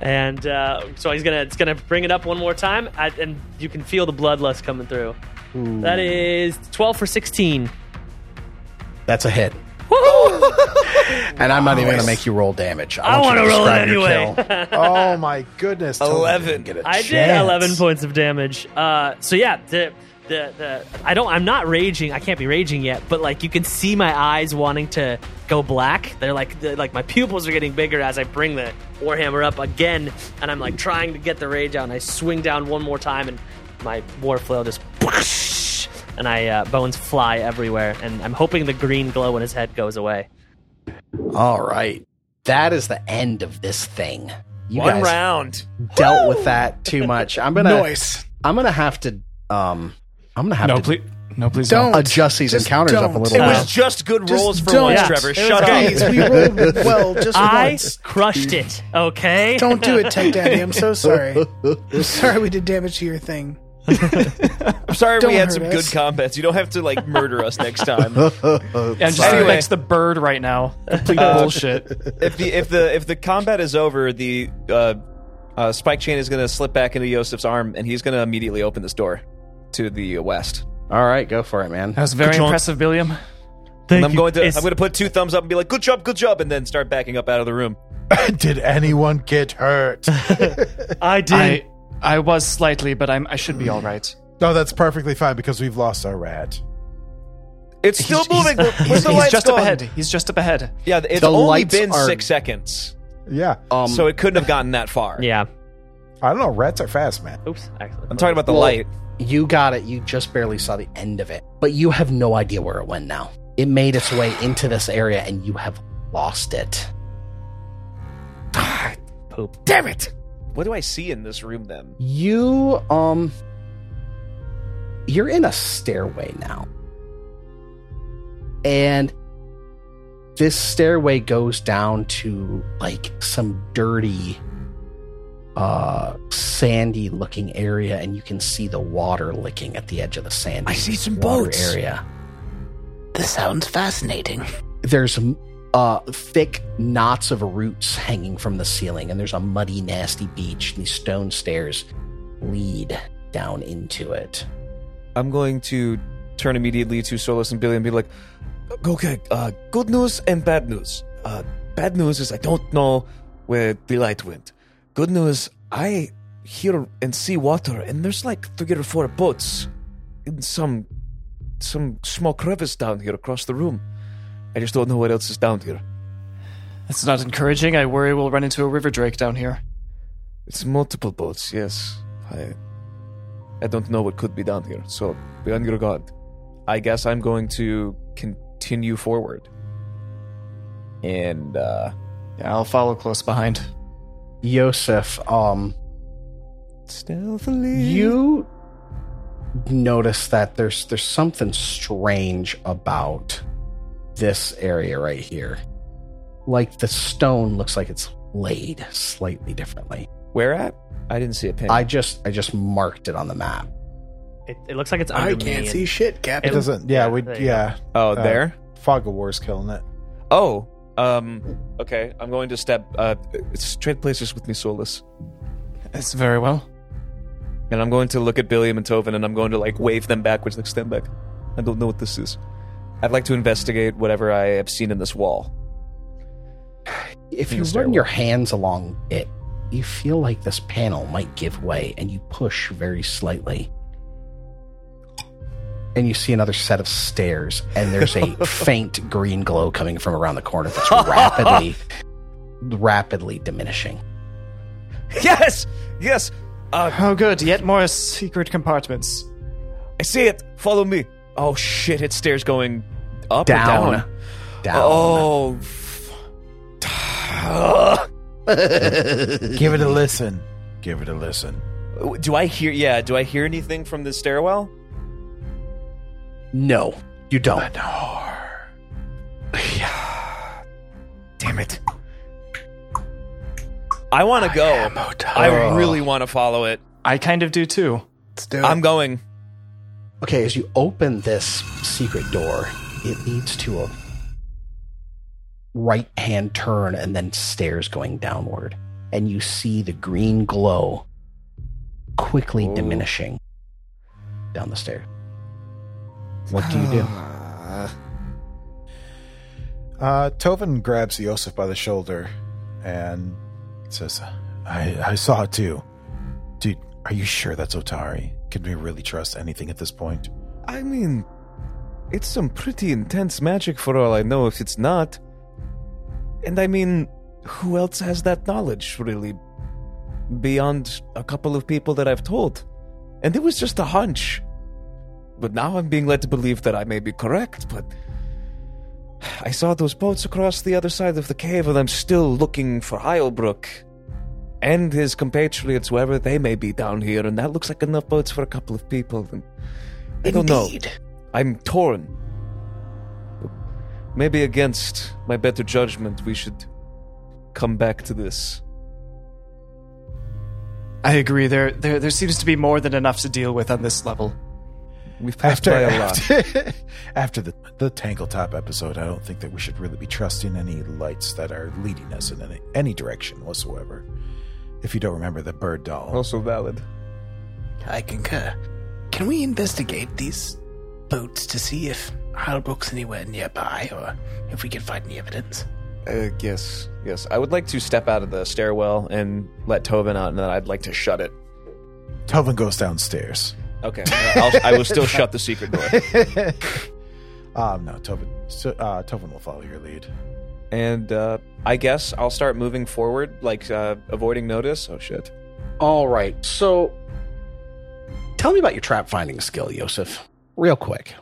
C: And uh, so he's gonna it's gonna bring it up one more time, I, and you can feel the bloodlust coming through. That is twelve for sixteen.
B: That's a hit,
E: [laughs]
B: and I'm not even going to make you roll damage.
C: I
B: want
C: want
B: you
C: to roll it
B: describe your
C: anyway.
B: kill.
E: [laughs] oh my goodness! Tony
F: Eleven.
E: didn't Get a
C: I did
E: chance.
C: eleven points of damage. Uh, so yeah, the, the the I don't I'm not raging. I can't be raging yet, but like you can see my eyes wanting to go black. They're like they like my pupils are getting bigger as I bring the warhammer up again, and I'm like trying to get the rage out. And I swing down one more time, and my war flail just. And I uh, bones fly everywhere, and I'm hoping the green glow in his head goes away.
B: All right, that is the end of this thing. You
F: One
B: guys
F: round.
B: dealt with that too much. I'm gonna
H: Noise.
B: I'm gonna have to um I'm gonna have
I: No,
B: to
I: please, no, please
H: Don't.
B: adjust these
H: Just
B: encounters up a
H: don't.
B: little
H: It
F: It
B: bit.
F: was just good
H: Just
F: rolls for
H: don't.
F: once,
H: Yeah.
F: Trevor.
C: It was
F: Shut up.
H: Please,
B: [laughs]
H: we rolled well just
C: I
H: once.
C: crushed it. Okay.
H: Don't do it, Tech Daddy.
C: [laughs]
H: I'm so sorry.
E: [laughs]
H: I'm sorry we did damage to your thing.
F: I'm sorry
H: Don't
F: we had
H: hurt
F: some
H: us.
F: good combats. You don't have to like murder us next time.
D: And just
F: Anyway.
D: right. next the bird right now. Uh, Complete bullshit.
F: Uh, [laughs] if the if the if the combat is over, the uh, uh, spike chain is going to slip back into Yosef's arm, and he's going to immediately open this door to the uh, west.
B: All right, go for it, man.
D: That was very impressive, William.
F: And
C: Thank
F: I'm
C: you.
F: going to
C: It's-
F: I'm going to put two thumbs up and be like, "Good job, good job," and then start backing up out of the room.
E: [laughs] Did anyone get hurt?
C: I did.
D: I I was slightly, but I'm I should be all right.
E: no, that's perfectly fine because we've lost our rat.
F: It's still
D: He's-
F: moving.
D: He's,
F: Where's
D: he's
F: the lights
D: just
F: gone?
D: up ahead. He's just up ahead.
F: Yeah, it's
B: The
F: only
B: lights
F: been
B: are-
F: six seconds,
E: Yeah,
B: Um
F: so it couldn't have gotten that far.
C: yeah.
E: I don't know. Rats are fast, man.
C: Oops. Actually.
F: I'm talking about the
B: Well,
F: light.
B: you got it, you just barely saw the end of it. But you have no idea where it went now. It made its way into this area and you have lost it.
F: Oh, Damn it! What do I see in this room then?
B: You um you're in a stairway now. And this stairway goes down to like some dirty uh sandy looking area and you can see the water licking at the edge of the sandy.
G: I see some
B: water
G: boats.
B: area.
G: This sounds fascinating.
B: There's uh thick knots of roots hanging from the ceiling and there's a muddy nasty beach and these stone stairs lead down into it.
F: I'm going to turn immediately to Solos and Billy and be like, okay, uh, good news and bad news. Uh, bad news is I don't know where the light went. Good news, I hear and see water, and there's like three or four boats in some some small crevice down here across the room. I just don't know what else is down here.
D: That's not encouraging. I worry we'll run into a river drake down here.
F: It's multiple boats, yes. I I don't know what could be down here, so be on your guard. I guess I'm going to continue forward. And uh
D: Yeah, I'll follow close behind.
B: Yosef, um,
F: stealthily
B: you notice that there's there's something strange about this area right here. Like the stone looks like it's laid slightly differently.
F: Where at? I didn't see a pin.
B: I just I just marked it on the map.
C: It, it looks like it's under
H: I
C: me
H: can't
C: and-
H: see shit,
E: It
H: Captain.
E: doesn't. Yeah,
C: yeah,
E: we.
C: there you
E: Yeah,
F: oh,
E: uh,
F: there?
E: fog of war's killing
B: [laughs]
E: it.
F: Oh, um, okay. I'm going to step. Uh, s- trade places with me, Solus,
D: That's very well.
F: and I'm going to look at Billiam and Tovin, and I'm going to like wave them backwards, like stand back. I don't know what this is. I'd like to investigate whatever I have seen in this wall. [laughs]
B: If
F: In the
B: you run
F: stairwell.
B: your hands along it, you feel like this panel might give way and you push very slightly. And you see another set of stairs, and
F: [laughs]
B: there's a faint green glow coming from around the corner
F: [laughs]
B: that's rapidly, rapidly diminishing.
F: Yes, yes. Uh,
D: Oh, good. Yet more secret compartments.
F: I see it. Follow me. Oh shit! It stairs going up
B: Down.
F: or down.
B: Down.
F: Oh. f-
E: [laughs] Give it a listen. Give it a listen.
F: do I hear? Yeah. Do I hear anything from the stairwell?
B: No, you don't.
F: Damn it. I want to go. I really want to follow it.
D: I kind of do too.
H: Let's do it.
F: I'm going.
B: Okay, as you open this secret door, it leads to a right hand turn and then stairs going downward. And you see the green glow quickly
F: Oh.
B: diminishing down the stairs. What do you [sighs] do?
E: Uh, Tovin grabs Yosef by the shoulder and says, I, I saw it too. Dude, are you sure that's Otari? Can we really trust anything at this point?
F: I mean, it's some pretty intense magic for all I know if it's not. And I mean, who else has that knowledge, really? Beyond a couple of people that I've told. And it was just a hunch. But now I'm being led to believe that I may be correct, but. I saw those boats across the other side of the cave, and I'm still looking for Heilbrook and his compatriots, wherever they may be down here, and that looks like enough boats for a couple of people. And I don't know.
G: Indeed.
F: I'm torn. Maybe against my better judgment, we should come back to this.
D: I agree. There, there, there seems to be more than enough to deal with on this level.
F: We've passed by a
E: [laughs]
F: lot.
E: after, after the, the Tangletop episode, I don't think that we should really be trusting any lights that are leading us in any, any direction whatsoever. If you don't remember the bird doll.
F: Also valid.
G: I concur. Can we investigate these boats to see if Heilbrook's anywhere nearby or if we can find any evidence?
F: Uh, yes, yes. I would like to step out of the stairwell and let Tovin out, and then I'd like to shut it.
E: Tovin goes downstairs.
F: Okay, I'll, I will still shut the secret door. [laughs]
E: Um, no, Tovin, so, uh, Tovin will follow your lead.
F: And uh, I guess I'll start moving forward, like uh, avoiding notice. Oh shit.
B: All right, so tell me about your trap finding skill, Yosef, real quick.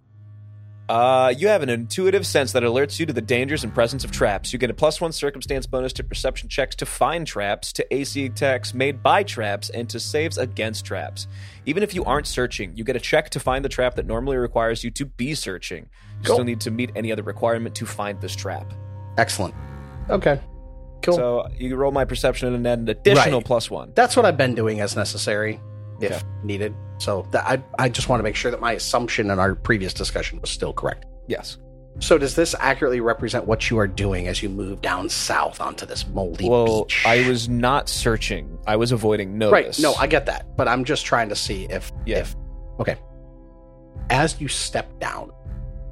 F: Uh, you have an intuitive sense that alerts you to the dangers and presence of traps. You get a plus one circumstance bonus to perception checks to find traps, to AC attacks made by traps, and to saves against traps. Even if you aren't searching, you get a check to find the trap that normally requires you to be searching. You still need to meet any other requirement to find this trap.
B: Excellent. Okay, cool.
F: So you roll my perception and add an additional
B: Right.
F: plus one.
B: that's what I've been doing as necessary, if
F: Okay.
B: needed. So that I, I just want to make sure that my assumption in our previous discussion was still correct.
F: Yes.
B: So does this accurately represent what you are doing as you move down south onto this moldy
F: Well,
B: beach?
F: I was not searching. I was avoiding
B: right.
F: notice.
B: No, I get that, but I'm just trying to see if
F: Yeah.
B: if okay. As you step down,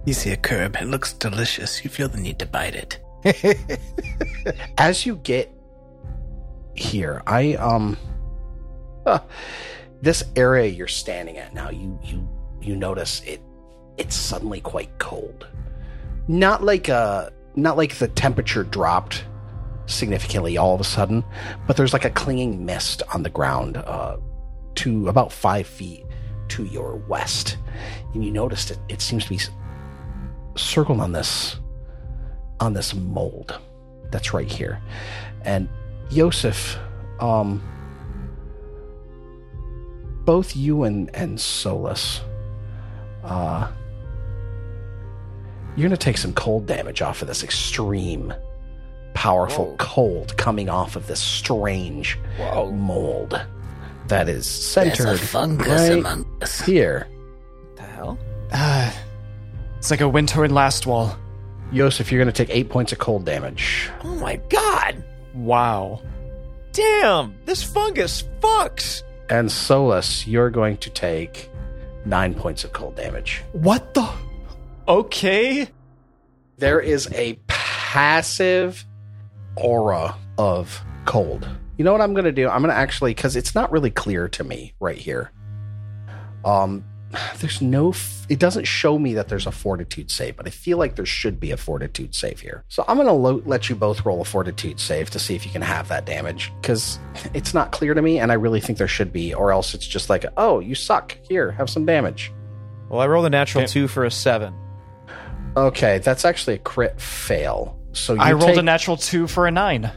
G: You see a curb. It looks delicious. You feel the need to bite it.
B: as you get here, I um huh, this area you're standing at now, you you you notice it it's suddenly quite cold. not like a not like the temperature dropped significantly all of a sudden, but there's like a clinging mist on the ground uh, to about five feet to your west, and you noticed it. It seems to be s- circled on this on this mold that's right here, and Yosef, um, both you and and Solus, uh, you're gonna take some cold damage off of this extreme powerful cold coming off of this strange mold that is
G: There's
B: centered
G: a fungus
B: right
G: among us.
B: here.
F: the hell?
D: Uh, It's like a winter in last wall.
B: Yosef, you're gonna take eight points of cold damage.
F: Oh my god!
D: Wow.
F: Damn! This fungus fucks!
B: And Solus, you're going to take nine points of cold damage.
D: What the? Okay.
B: There is a passive aura of cold. You know what I'm gonna do? I'm gonna actually because it's not really clear to me right here. Um, there's no. F- it doesn't show me that there's a fortitude save, but I feel like there should be a fortitude save here. So I'm gonna lo- let you both roll a fortitude save to see if you can have that damage because it's not clear to me, and I really think there should be, or else it's just like, oh, you suck. Here, have some damage.
F: Well, I rolled a natural
D: Okay.
F: two for a seven.
B: Okay, that's actually a crit fail. So you
D: I rolled
B: take-
D: a natural two for a nine.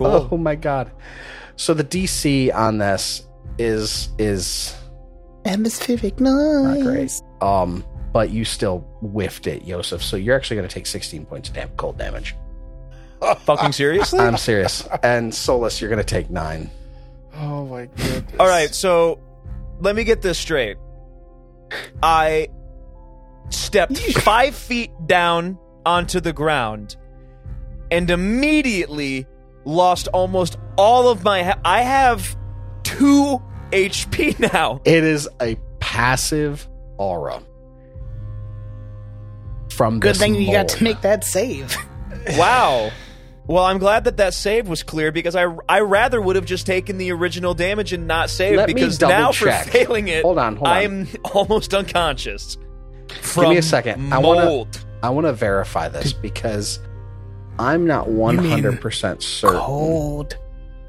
B: Oh my god. So the DC on this is is
H: Atmospheric noise.
G: [laughs]
B: not great. Um, but you still whiffed it, Yosef. So you're actually going to take 16 points of damn cold damage. [laughs]
F: Fucking seriously?
B: I'm serious. and Solus, you're going to take nine.
E: Oh my goodness.
F: All right, so let me get this straight. I stepped five feet down onto the ground and immediately lost almost all of my. Ha- I have two HP [laughs] now.
B: It is a passive aura from
G: Good
B: this
G: thing you got to
B: mold.
G: make
E: [laughs]
G: that save.
F: Wow. [laughs] Well, I'm glad that that save was clear because I I rather would have just taken the original damage and not saved
B: Let me
F: because
B: double
F: now
B: check.
F: for failing it,
B: Hold on, hold on.
F: I'm [laughs] almost unconscious.
B: Give
F: From
B: me a second. I want to
F: mold.
B: I want to verify this because I'm not 100% certain.
G: Cold.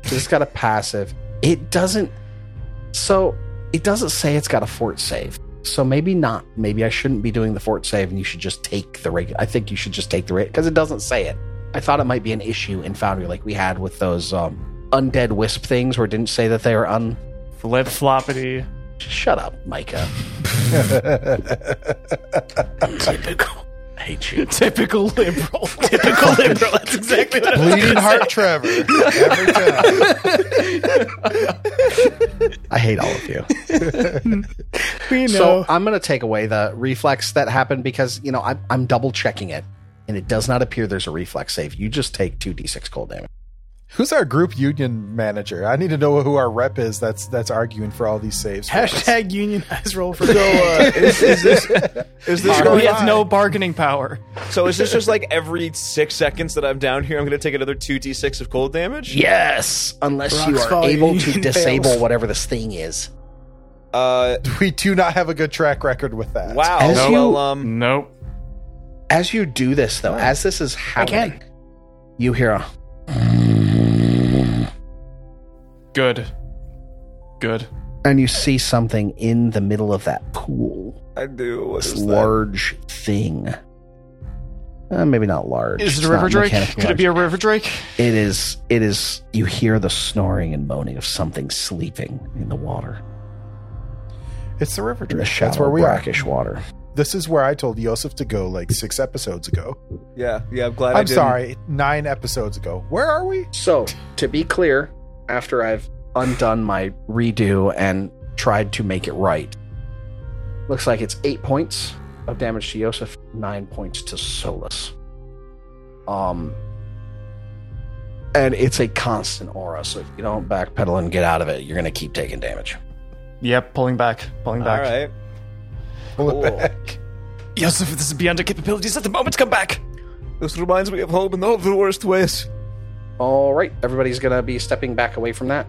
B: it's got a passive. It doesn't. So it doesn't say it's got a fort save. So maybe not. Maybe I shouldn't be doing the fort save, and you should just take the regular. I think you should just take the regular because it doesn't say it. I thought it might be an issue in Foundry, like we had with those um, undead wisp things, where it didn't say that they were un.
D: Flip floppity.
B: Shut up, Micah.
G: Typical.
B: I hate you.
F: Typical liberal.
G: [laughs] Typical liberal. That's exactly what I
E: Bleeding heart
G: [laughs]
H: [laughs]
E: Trevor. Every time.
B: I hate all of you.
H: [laughs] We know.
B: So I'm going to take away the reflex that happened because you know I'm, I'm double checking it, and it does not appear there's a reflex save. You just take two d6 cold damage.
E: Who's our group union manager? I need to know who our rep is that's that's arguing for all these saves. for us.
H: Hashtag unionize roll for
F: So, uh, is, is this [laughs] [laughs] is this
E: Go
D: He
F: going
D: has
E: on.
D: no bargaining power.
F: So is this just like every six seconds that I'm down here, I'm going to take another two d6 of cold damage?
B: Yes, unless you
H: Rocks
B: are
H: fall,
B: able
E: [laughs]
H: you
B: to
H: fail.
B: disable whatever this thing is.
F: Uh,
E: [laughs] we do not have a good track record with that.
F: wow.
B: As you-
F: well, um,
D: Nope.
B: As you do this, though, as this is happening, you hear a
D: Good. Good.
B: and you see something in the middle of that pool.
F: I do. What
B: This
F: is that?
B: large thing. Uh, maybe not large.
D: Is it
B: It's
D: a
B: not
D: river drake?
B: mechanically
D: Could it be a river drake?
B: large. It is. It is. You hear the snoring and moaning of something sleeping in the water,
E: It's the river
B: in the
E: drink.
B: shallow,
E: That's where we are.
B: brackish water.
E: This is where I told Yosef to go like six episodes ago.
F: Yeah, yeah. I'm glad. I
E: I'm
F: didn't.
E: sorry, nine episodes ago. Where are we?
B: So, to be clear, after I've undone my redo and tried to make it right, looks like it's eight points of damage to Yosef, nine points to Solus. Um, and it's a constant aura, so if you don't backpedal and get out of it, you're gonna keep taking damage.
D: Yep, pulling back. Pulling
F: All
D: back.
F: right.
E: Pull
F: Cool.
E: it back.
D: Yosef, this is beyond our capabilities at the moment. Come back.
F: This reminds me of home in all the worst ways.
B: All right, everybody's gonna be stepping back away from that.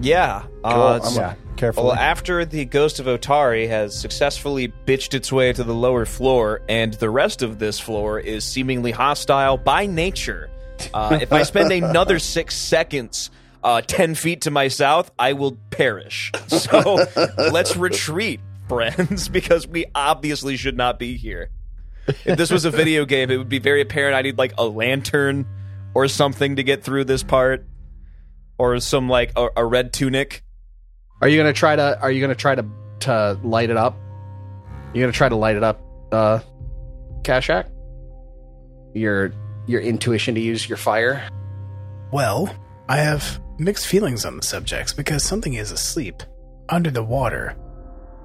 F: Yeah.
B: Cool.
F: Uh,
B: I'm
F: it's-
B: gonna
E: carefully.
F: Well, after the ghost of Otari has successfully bitched its way to the lower floor, and the rest of this floor is seemingly hostile by nature, uh, if I
B: [laughs]
F: spend another six seconds uh, 10 feet to my south, I will perish.
B: [laughs]
F: So let's retreat, friends, [laughs] because we obviously should not be here. If this was a video game, it would be very apparent I need like a lantern or something to get through this part, or some like a, a red tunic.
B: Are you gonna try to? Are you gonna try to to light it up? You gonna try to light it up, uh, Kashak? Your your intuition to use your fire.
H: [laughs] Well, I have mixed feelings on the subjects because something is asleep under the water.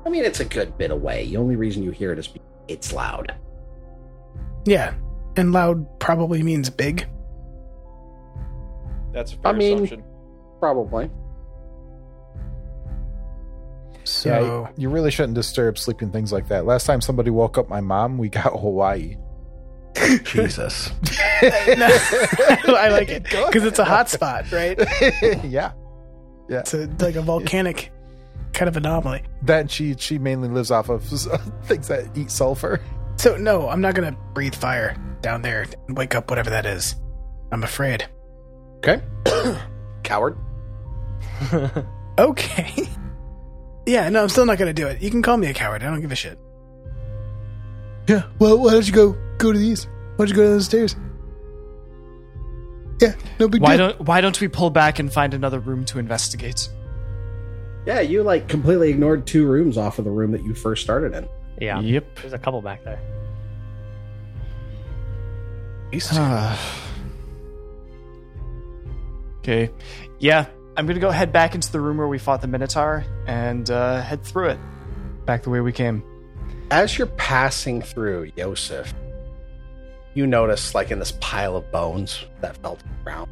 J: I mean, it's a good bit away. The only reason you hear it is because it's loud.
H: Yeah, and loud probably means big.
F: That's a fair
J: I mean-
F: assumption.
J: Probably.
E: yeah,
H: So
E: you- you really shouldn't disturb sleeping things like that. Last time somebody woke up my mom, we got Hawaii.
B: [laughs] Jesus.
H: [laughs] I like it because it's a hot spot, right?
E: [laughs] yeah,
H: It's a, like a volcanic kind of anomaly.
E: that she she mainly lives off of [laughs] s- things that eat sulfur.
H: So no, I'm not gonna breathe fire down there and wake up whatever that is. I'm afraid.
B: Okay. Coward.
H: [laughs] Okay. yeah, no, I'm still not gonna do it. You can call me a coward. I don't give a shit. Yeah. Well, why don't you go go to these? Why don't you go down the stairs? Yeah. No big
D: Why don't Why don't we pull back and find another room to investigate?
J: Yeah, you like completely ignored two rooms off of the room that you first started in.
C: Yeah.
D: Yep.
C: There's a couple back there.
D: Okay. Yeah, I'm gonna go head back into the room where we fought the Minotaur and uh, head through it, back the way we came.
B: As you're passing through, Yosef, you notice, like in this pile of bones that fell to the ground,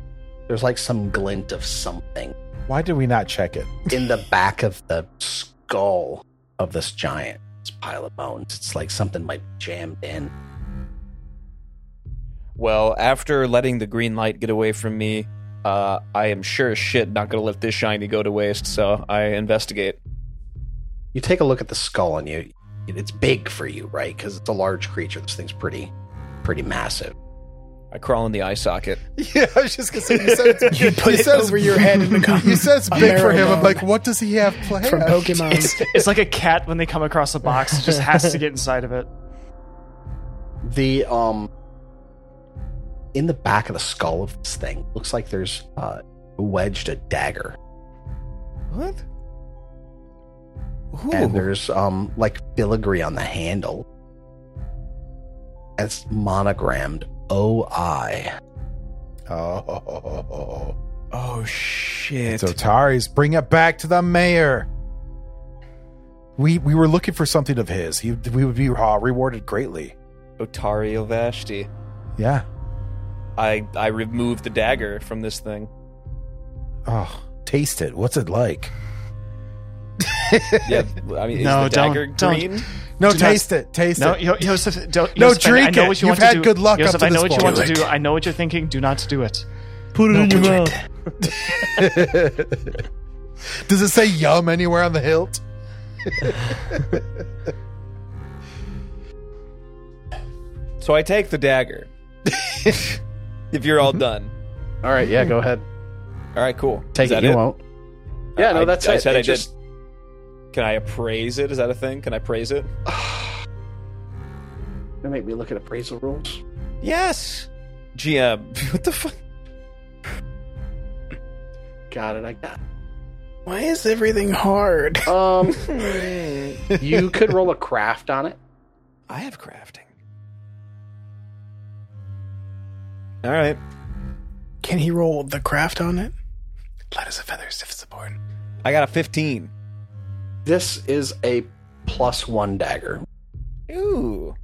B: there's like some glint of something
E: Why did we not check it?
B: [laughs] in the back of the skull of this giant this pile of bones. It's like something might be jammed in.
F: Well, after letting the green light get away from me, uh, I am sure as shit not going to let this shiny go to waste, so I investigate.
B: You take a look at the skull and you it's big for you, right? Because it's a large creature. This thing's pretty pretty massive.
F: I crawl in the eye socket.
E: [laughs] Yeah, I was just gonna say you
B: [laughs]
E: said it's, you
H: put it
E: said it's-
H: over your head
E: [laughs]
H: and become
E: You said it's
H: a
E: big for him.
H: marrow
E: I'm like,
H: bone
E: what does he have planned?
H: from
E: [laughs]
D: It's,
B: [laughs]
H: Pokemon.
D: it's like a cat when they come across a box; it just has to get inside of it.
B: the um in the back of the skull of this thing looks like there's uh wedged a dagger
F: What?
B: and there's um like filigree on the handle and it's monogrammed oi
E: Oh,
F: Oh, shit.
E: it's Otari's. Bring it back to the mayor. We we were looking for something of his. He we would be uh, rewarded greatly.
F: Otari Ovashti.
E: Yeah.
F: I, I remove the dagger from this thing.
E: Oh, taste it. What's it like?
F: [laughs] Yeah, I mean, is
D: No,
F: the
D: don't-
F: dagger
D: don't.
F: green?
E: No,
D: Do not-
E: taste it. Taste
D: No,
E: it.
D: Yo- Joseph, don't.
E: No,
D: Joseph, I-
E: drink
D: I, know
E: it.
D: What you
E: You've
D: want to
E: had
D: do.
E: good luck up
D: Joseph,
E: to
D: I know
E: this
D: what you
E: point.
D: want to do. I know what you're thinking. Do not do it.
C: Put it in your mouth.
E: [laughs] [laughs] Does it say yum anywhere on the
F: [laughs]
E: hilt?
F: So I take the dagger. [laughs] if you're all done.
B: all right yeah go ahead
F: All right, cool.
B: take
F: Is
B: it
F: that
B: you won't yeah no
F: I-
B: that's
F: I
B: it
F: said
B: It
F: I did. Can I appraise it? Is that a thing? Can I praise
J: [sighs]
F: it?
J: Gonna make me look at appraisal rules.
F: Yes. GM, [laughs] what the fuck?
J: Got it. I got.
H: Why is everything hard?
J: It.
H: [laughs]
J: Um,
B: [laughs]
J: you could roll a craft on it.
F: I have crafting. All right.
H: Can he roll the craft on it? Light as a feather, stiff as a board.
F: I got a 15.
B: this is a plus one dagger
F: Ooh.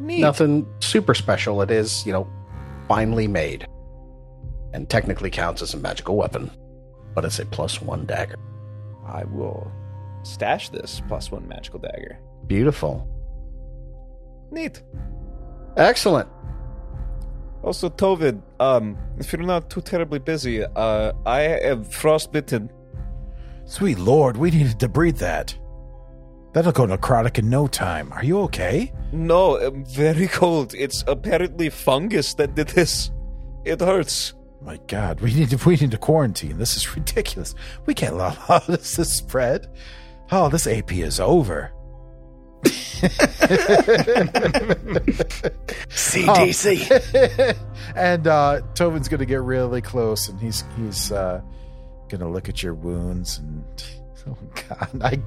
F: Neat.
B: nothing super special it is you know finely made and technically counts as a magical weapon but it's a plus one dagger
F: I will stash this plus one magical dagger.
B: beautiful
F: Neat.
B: excellent
F: Also, Tovid, um, if you're not too terribly busy, uh, I am frostbitten
E: Sweet lord, we needed to breathe that. That'll go necrotic in no time. Are you okay?
F: No, I'm very cold. It's apparently fungus that did this. It hurts.
E: My God, we need to we need to quarantine. This is ridiculous. We can't allow [laughs] this to spread. Oh, this AP is
G: [laughs]
E: over.
G: CDC.
E: Oh. [laughs] and uh, Tobin's gonna get really close, and he's he's uh, gonna look at your wounds. And [laughs] oh God, I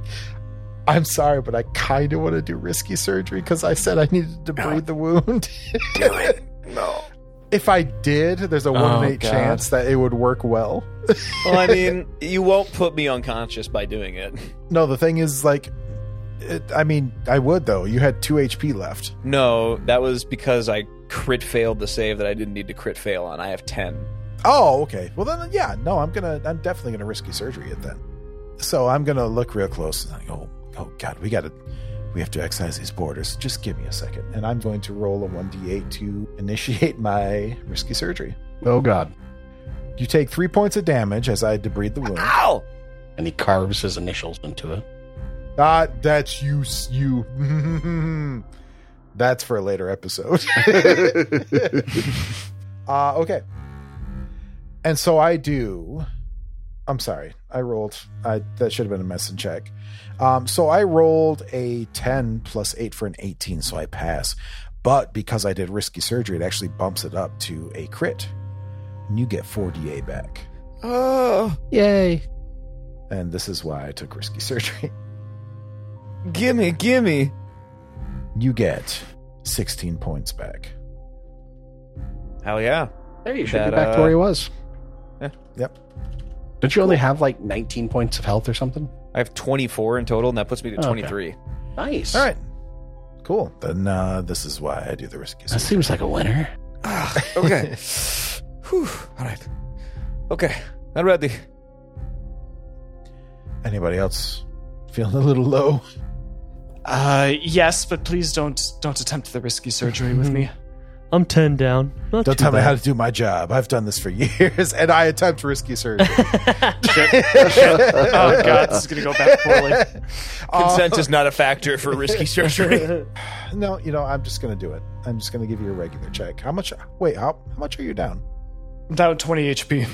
E: I'm sorry, but I kind of want to do risky surgery because I said I needed to breathe the wound.
G: Do
E: [laughs]
G: it. No.
E: if I did, there's a one in eight
F: God.
E: chance that it would work well.
F: Well, I [laughs] mean, you won't put me unconscious by doing it.
E: No, the thing is, like, it, I mean, I would though. You had two HP left.
F: No, that was because I crit failed the save that I didn't need to crit fail on. I have 10.
E: Oh, okay. Well, then, yeah, no, I'm gonna, I'm definitely gonna risky surgery it then. So I'm gonna look real close and I go, oh god, we gotta, we have to excise these borders. Just give me a second, and I'm going to roll a one d8 to [laughs] initiate my risky surgery.
B: Oh God!
E: You take three points of damage as I debride the wound.
F: Ow!
B: And he carves his initials into it.
E: Ah, that's you, s- you. [laughs] that's for a later
B: [laughs]
E: episode. [laughs] uh, okay. And so I do. I'm sorry. I rolled. I that should have been a medicine check. Um, so I rolled a 10 plus 8 for an 18, so I pass. But because I did risky surgery, it actually bumps it up to a crit. And you get 4d8 back.
F: Oh,
J: Yay.
E: And this is why I took risky [laughs] surgery.
F: gimme, gimme.
E: You get 16 points back.
F: Hell yeah.
B: There you
F: That,
B: should be back to where
F: uh,
B: he was.
E: Yep.
B: Don't you only have like 19 points of health or [laughs] something?
F: I have 24 in total, and that puts me to
B: Okay.
F: 23.
B: Nice.
E: All right. Cool. Then uh, this is why I do the risky
J: That
E: surgery.
J: seems like a winner.
F: [laughs] Okay. Whew. All right. Okay. I'm ready.
E: Anybody else feeling a little low?
D: Uh, yes, but please don't don't attempt the risky surgery with
B: Mm-hmm.
D: me.
C: I'm ten down. Not
E: Don't
C: too
E: tell me
C: bad.
E: how to do my job. I've done this for [laughs] years, and I attempt risky
D: [laughs]
E: surgery.
D: [laughs] Oh god, this is gonna go back
F: [laughs]
D: [laughs] poorly.
F: Consent is not a factor for [laughs] risky surgery.
E: [sighs] no, you know, I'm just going to do it. I'm just going to give you a regular check. How much? Wait, how, how much are you down?
D: I'm down 20 HP.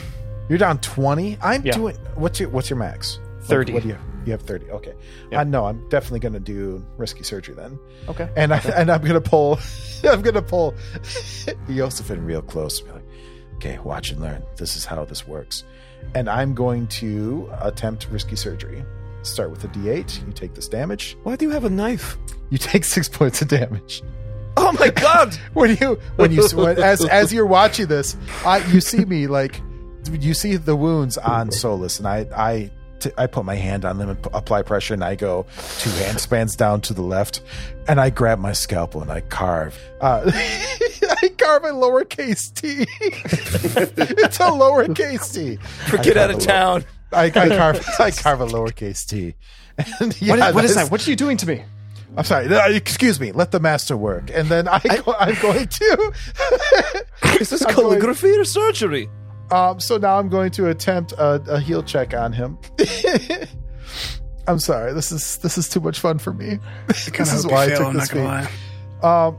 E: You're down 20? I'm
D: Yeah.
E: doing. What's your What's your max? What-
D: 30.
E: What, do you You have 30. Okay.
D: Yeah.
E: Uh, no, I'm definitely going to do risky surgery then.
D: Okay.
E: and I and I'm gonna pull, [laughs] I'm gonna pull [laughs] Yosefin real close. and Be like, okay, watch and learn. This is how this works. And I'm going to attempt risky surgery. Start with a D8. You take this damage.
F: Why do you have a knife?
E: You take [laughs] six points of damage.
F: Oh my god!
E: [laughs] When you when you when, as as you're watching this, I you see me like you see the wounds on Solus, and I I. t- I put my hand on them and p- apply pressure, and I go two hand spans down to the left, and I grab my scalpel and I carve. Uh, [laughs] I [laughs] carve a lowercase t. [laughs] it's a lowercase t.
F: Get out of
E: town.
F: town.
E: [laughs] I, I carve. I carve a lowercase t. And
D: [laughs] What
E: yeah,
D: is- what is
E: that's-
D: that? What are you doing to me?
E: I'm sorry. No, excuse me. Let the master work, and then I go, I'm going to.
F: [laughs] Is this
E: I'm going-
F: calligraphy or surgery?
E: um, so now I'm going to attempt a, a heal check on him. [laughs] I'm sorry. This is this is too much fun for me.
H: Kinda
E: this is
H: hope
E: why I
H: you fail,
E: took
H: I'm
E: this
H: not gonna
E: feat.
H: lie.
E: Um,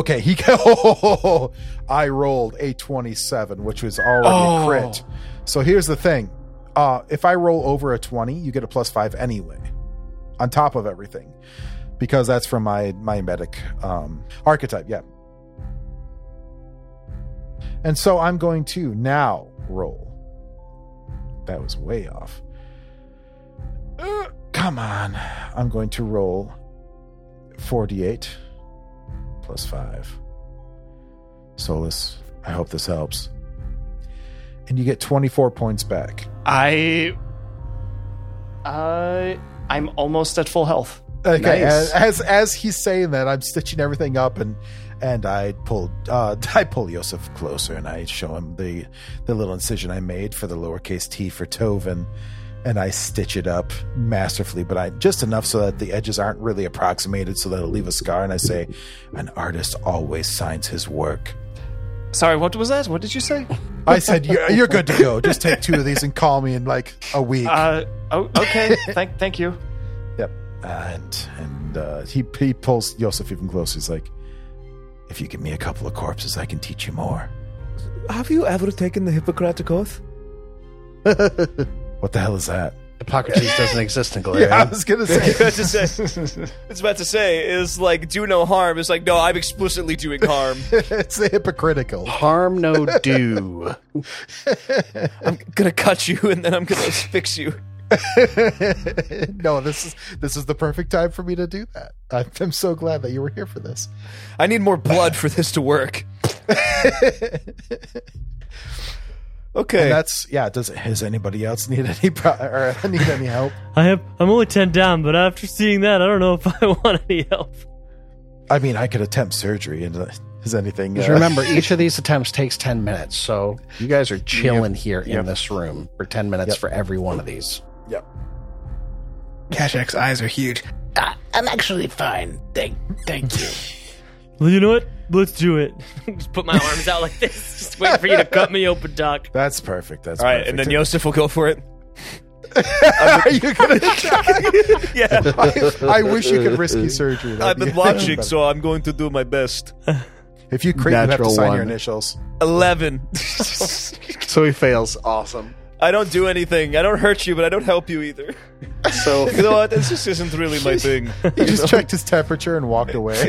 E: okay, he. [laughs] Oh, I rolled a twenty-seven, which was already a crit. So here's the thing: uh, if I roll over a twenty, you get a plus five anyway, on top of everything, because that's from my my medic um, archetype. Yeah. And so I'm going to now roll. That was way off. Uh, come on. I'm going to roll 48 plus 5. Solus, I hope this helps. And you get 24 points back.
D: I. I. I'm almost at full health.
E: Okay, uh, as,
B: Nice.
E: as as he's saying that, I'm stitching everything up and and I pull uh, [laughs] I pull Yosef closer and I show him the the little incision I made for the lowercase t for Tovin, and I stitch it up masterfully, but I just enough so that the edges aren't really approximated, so that it'll leave a scar. And I say, an artist always signs his work.
D: Sorry, what was that? What did you say?
E: I said, you're, you're good to
D: [laughs]
E: go. Just take two of these and call me in like a week.
D: Uh, oh, okay. thank,
E: [laughs]
D: thank you.
E: Yep. And and uh, he he pulls Joseph even closer. He's like, if you give me a couple of corpses, I can teach you more.
I: Have you ever taken the Hippocratic
D: [laughs]
I: Oath?
E: What the hell is that?
B: Hippocrates doesn't exist in Galarian.
E: Yeah, [laughs] I was gonna
F: [laughs]
E: say.
F: about to say, it's about to say is like do no harm. It's like no, I'm explicitly doing harm.
E: it's the hypocritical.
B: Harm [laughs] no do.
F: I'm [laughs] gonna cut you and then I'm gonna fix you.
E: no, this is this is the perfect time for me to do that. I- I'm so glad that you were here for this.
F: I need more
D: [laughs]
F: blood for this to work.
E: And
F: okay.
E: that's yeah. Does does anybody else need any pro- or [laughs] need any help?
C: I have. I'm only ten down, but after seeing that, I don't know if I [laughs] want any help.
E: I mean, I could attempt surgery. And uh, is anything?
B: Because
E: uh,
B: remember,
E: [laughs]
B: each of these attempts takes 10 minutes. So you guys are chilling here in
E: Yep.
B: this room for 10 minutes
E: Yep.
B: for every one of these.
E: Yep.
H: Kashak's eyes are huge.
G: I, Ah, I'm actually fine. Thank, thank you.
C: Well, you know what? Let's do it. just put my arms out like this, just wait for you to cut me open, Doc.
E: [laughs] That's perfect. That's
F: All right,
E: perfect.
F: and then Yosef will go for it.
E: Are you gonna die?
F: Yeah,
E: I wish you could
B: [laughs]
E: risky surgery. That'd
F: I've
E: be- [laughs]
F: been watching, so I'm going to do my best.
E: if you crit, you have to
B: Natural
E: sign your
B: one.
E: initials.
F: Eleven.
B: So
F: [laughs]
B: he fails. Awesome.
F: I don't do anything. I don't hurt you, but I don't help you either. [laughs]
B: So
F: You know what? This just isn't really my thing.
E: He just checked his temperature and walked away.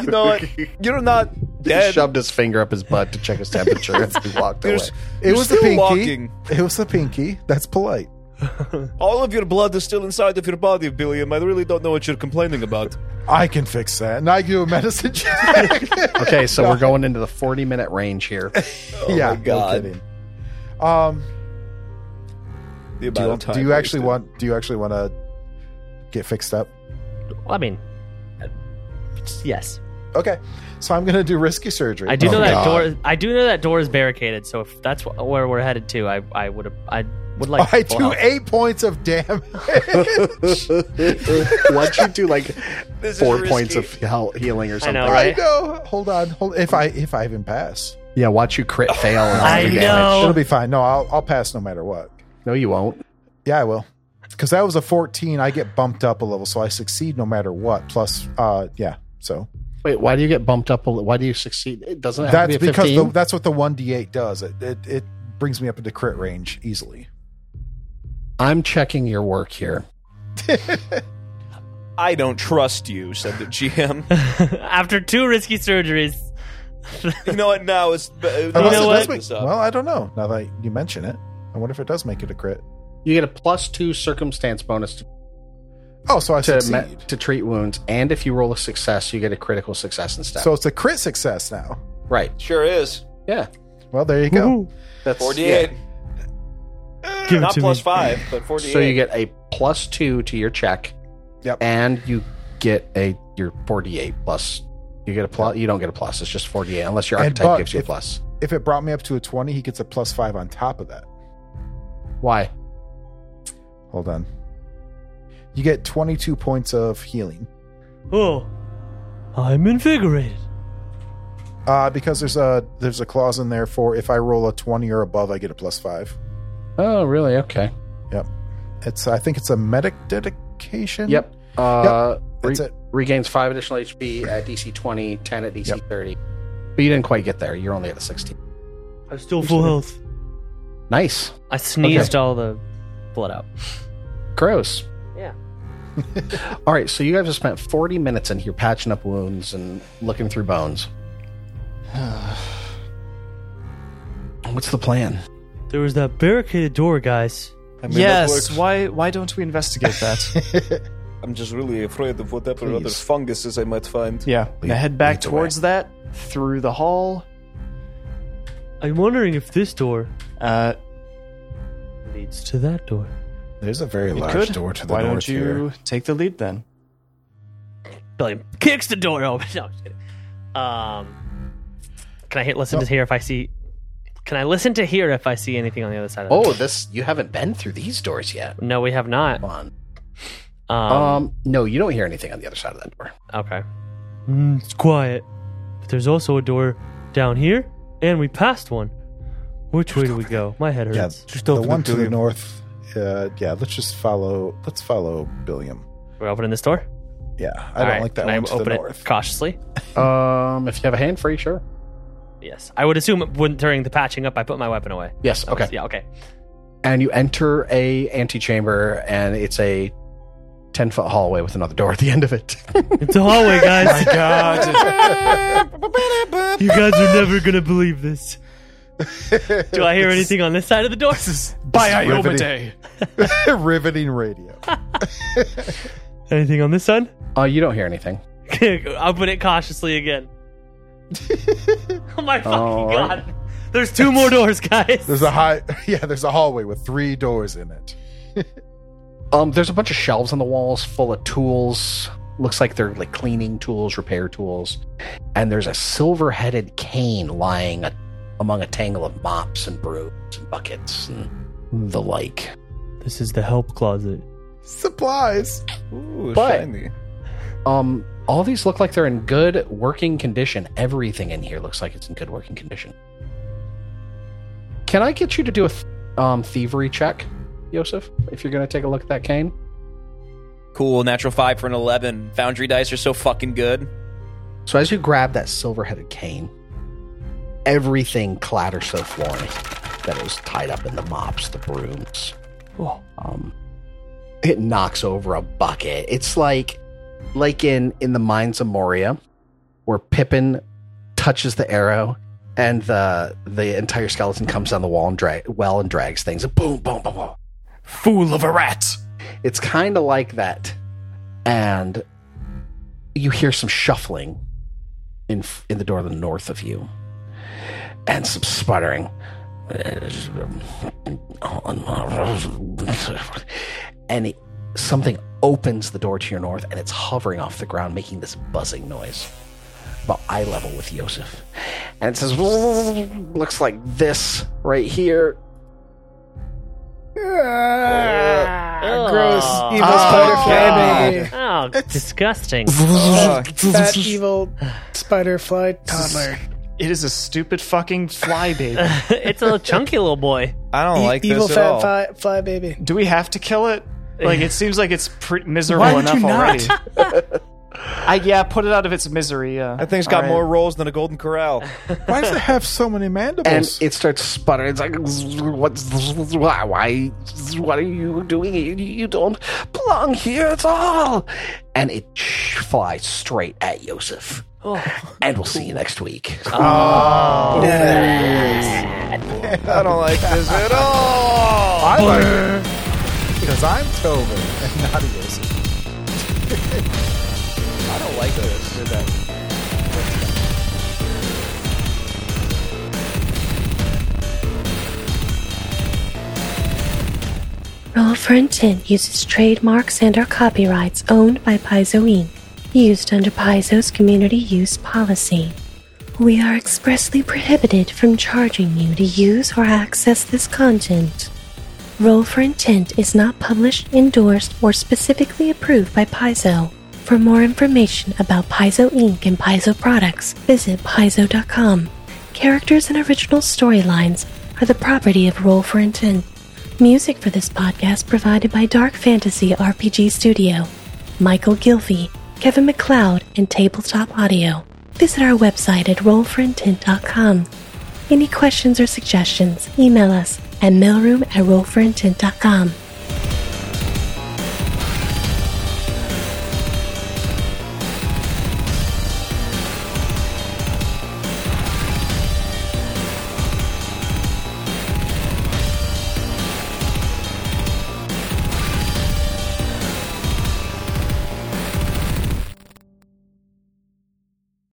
E: [laughs]
F: you know what? You're not
B: he
F: dead.
B: shoved his finger up his butt to check his temperature and he walked
F: You're
B: away.
F: s-
E: It
F: you're
E: was the
F: still
E: pinky.
F: walking.
E: It was the pinky. That's
F: [laughs]
E: polite.
F: All of your blood is still inside of your body, Billiam. I really don't know what you're complaining about.
E: I can fix that. And I do a
F: [laughs]
E: medicine check.
B: [laughs] Okay, so we're going into the 40 minute range [laughs] here. Oh
E: yeah,
F: my God.
E: No kidding. Um,
F: The
E: do you,
F: amount
E: do
F: of time
E: you actually
F: wasted.
E: want? Do you actually want to get fixed up?
C: Well, I mean, uh, yes,
E: Okay, so I'm gonna do risky surgery.
C: I do
E: Oh,
C: know that
E: God.
C: door. I do know that door is barricaded. So if that's wh- where we're headed to, I I would I would like.
E: I
C: full
E: do
C: help.
E: eight points of
B: [laughs]
E: damage.
B: Once you do like
F: This is
B: four
F: risky.
B: points of heal- healing or
C: I
B: something.
C: know,
E: I
C: right?
E: know. Hold on. Hold. If I if I even pass,
B: Yeah, watch you crit fail. And all
C: I
B: your damage.
C: know.
E: it'll be fine. No, I'll I'll pass no matter what.
B: No, you won't.
E: Yeah, I will. Because that was a 14. I get bumped up a level, so I succeed no matter what. Plus, uh, yeah. So
B: Wait, why do you get bumped up? a li- Why do you succeed? It doesn't have
E: that's
B: to be a
E: because the,
B: 15.
E: that's what the 1d8 does. It, it it brings me up into crit range easily.
B: I'm checking your work here.
F: I don't trust you, said the GM.
C: [laughs] After two risky surgeries,
F: you know what? Now it's. You
E: Unless
C: know
E: it
C: what?
E: does make- well, I don't know. Now that you mention it, I wonder if it does make it a crit.
B: You get a plus two circumstance bonus to
E: Oh, so I
B: to,
E: succeed.
B: me- to treat wounds, and if you roll a success, you get a critical success instead.
E: so it's a crit success now.
B: right,
F: sure is.
B: yeah,
E: Well, there you go.
B: that's
F: 48. Eh,
C: Give it
F: Not
C: to
F: plus
C: me.
F: 5, but
B: yeah.
F: 48.
B: So you get a plus two to your check.
E: Yep.
B: and you get a your forty-eight plus. You get a plus. You don't get a plus. It's just forty-eight unless your
E: And
B: archetype
E: but
B: gives you
E: if-
B: a plus.
E: If it brought me up to a 20, he gets a plus five on top of that.
B: Why?
E: Hold on. You get 22 points of healing
C: oh, I'm invigorated.
E: uh, because there's a there's a clause in there for if I roll a 20 or above, I get a plus five.
B: Oh, really? Okay.
E: It's I think it's a medic dedication.
B: Yep. Uh,
E: That's
B: re-
E: it.
B: Regains five additional HP at DC 20, 10 at DC
E: Yep.
B: 30. But you didn't quite get there. You're only at a 16.
C: I'm still full
E: [sighs]
C: health.
B: Nice.
C: I sneezed all the blood out.
B: Gross.
C: Yeah.
B: [laughs] All right. So you guys have spent 40 minutes in here patching up wounds and looking through bones. What's the plan?
C: There was that barricaded door, guys.
F: I mean, that
D: Yes.
F: works.
D: Why? Why don't we investigate that?
F: [laughs] I'm just really afraid of whatever
B: Please.
F: other funguses I might find.
D: yeah. Now head back
B: lead the
D: towards that through the hall.
C: I'm wondering if this door
D: Uh,
C: leads to that door.
E: There's a very
D: it
E: large
D: could.
E: door to the
D: Why
E: north
D: don't you take the lead then?
C: Billiam kicks the door open. [laughs] No, I'm just kidding. Um, can I hit listen
E: Oh.
C: to hear if I see? Can I listen to hear if I see anything on the other side of the
B: Oh, this, you haven't been through these doors yet.
C: No, we have not.
B: Come on.
C: Um,
B: Um, no, you don't hear anything on the other side of that door.
C: Hmm, okay. it's quiet. But there's also a door down here and we passed one. Which way do we go? My head
E: Yeah,
C: hurts.
E: the one to the north. Uh, yeah, let's just follow. Let's follow Billiam.
C: We're opening this door.
E: Yeah, I
C: All
E: don't
C: right,
E: like that
C: can I
E: one to
C: open
E: the
C: it
E: north.
C: cautiously.
B: Um, if you have a hand free, sure.
C: Yes, I would assume when during the patching up, I put my weapon away.
B: Yes.
C: That was-
B: Okay.
C: yeah. Okay.
B: And you enter a antechamber, and it's a ten foot hallway with another door at the end of it. [laughs]
C: It's a [laughs] hallway, guys.
F: God.
C: you guys are never gonna believe this. Do I hear anything on this side of the door?
D: By Ioma
E: riveting.
D: Day.
C: [laughs]
E: Riveting radio.
C: Anything on this side?
B: Uh, you don't hear anything.
C: Open it cautiously again. oh my fucking
B: All right.
C: god! There's two
E: [laughs]
C: more doors, guys.
E: There's a high. [laughs] Yeah, there's a hallway with three doors in it.
B: [laughs] Um, there's a bunch of shelves on the walls full of tools. Looks like they're like cleaning tools, repair tools, and there's a silver-headed cane lying a- among a tangle of mops and brooms and buckets and the like.
C: This is the help closet.
E: Supplies.
F: Ooh,
B: But-
F: shiny.
B: Um, all these look like they're in good working condition. Everything in here looks like it's in good working condition. Can I get you to do a th- um, thievery check, Yosef, if you're going to take a look at that cane?
F: Cool, natural five for an eleven. Foundry dice are so fucking good.
B: So as you grab that silver-headed cane, everything clatters to the floor that is tied up in the mops, the brooms. Um, it knocks over a bucket. It's like, like in in the Mines of Moria, where Pippin touches the arrow, and the the entire skeleton comes down the wall and drag well and drags things. Boom, boom, boom, boom.
D: Fool of a rat.
B: It's kind of like that, and you hear some shuffling in f- in the door to the north of you, and some sputtering. And it, something opens the door to your north, and it's hovering off the ground, making this buzzing noise about eye level with Yosef. And it says, looks like this right here.
E: Ah,
C: Oh,
H: Gross, evil spider
C: Ah.
H: fly me.
C: Oh, disgusting.
E: [laughs]
H: Fat, evil spider fly toddler.
D: It is a stupid fucking fly baby.
C: [laughs] it's a little chunky little boy.
F: I don't
H: E-
F: like
H: evil
F: this at
H: fat
F: all.
H: Fly, fly baby.
D: Do we have to kill it?
F: [laughs]
D: Like it seems like it's pretty miserable
E: Why would
D: enough
E: you not?
D: already.
H: [laughs]
D: I yeah, put it out of its misery. Yeah,
F: That thing's got more rolls than a golden
C: [laughs]
F: corral.
E: Why does it have so many
B: and
E: mandibles?
B: it starts sputtering. It's like, what's why? Why? What are you doing? You, you don't belong here at all. And it sh- flies straight at Yosef. And we'll see you next week.
F: [laughs] I don't
E: [laughs]
F: like this at all.
E: I like it because I'm Tobin and not [laughs] Yosef.
F: I don't like this.
A: Roll for Intent uses trademarks and or copyrights owned by Paizo Inc. Used under Paizo's community use policy. We are expressly prohibited from charging you to use or access this content. Roll for Intent is not published, endorsed, or specifically approved by Paizo. For more information about Paizo Inc. and Paizo products, visit paizo.com. Characters and original storylines are the property of Roll for Intent. Music for this podcast provided by Dark Fantasy RPG Studio, Michael Gilfie, Kevin McLeod, and Tabletop Audio. Visit our website at rollforintent.com. Any questions or suggestions, email us at mailroom at rollforintent.com.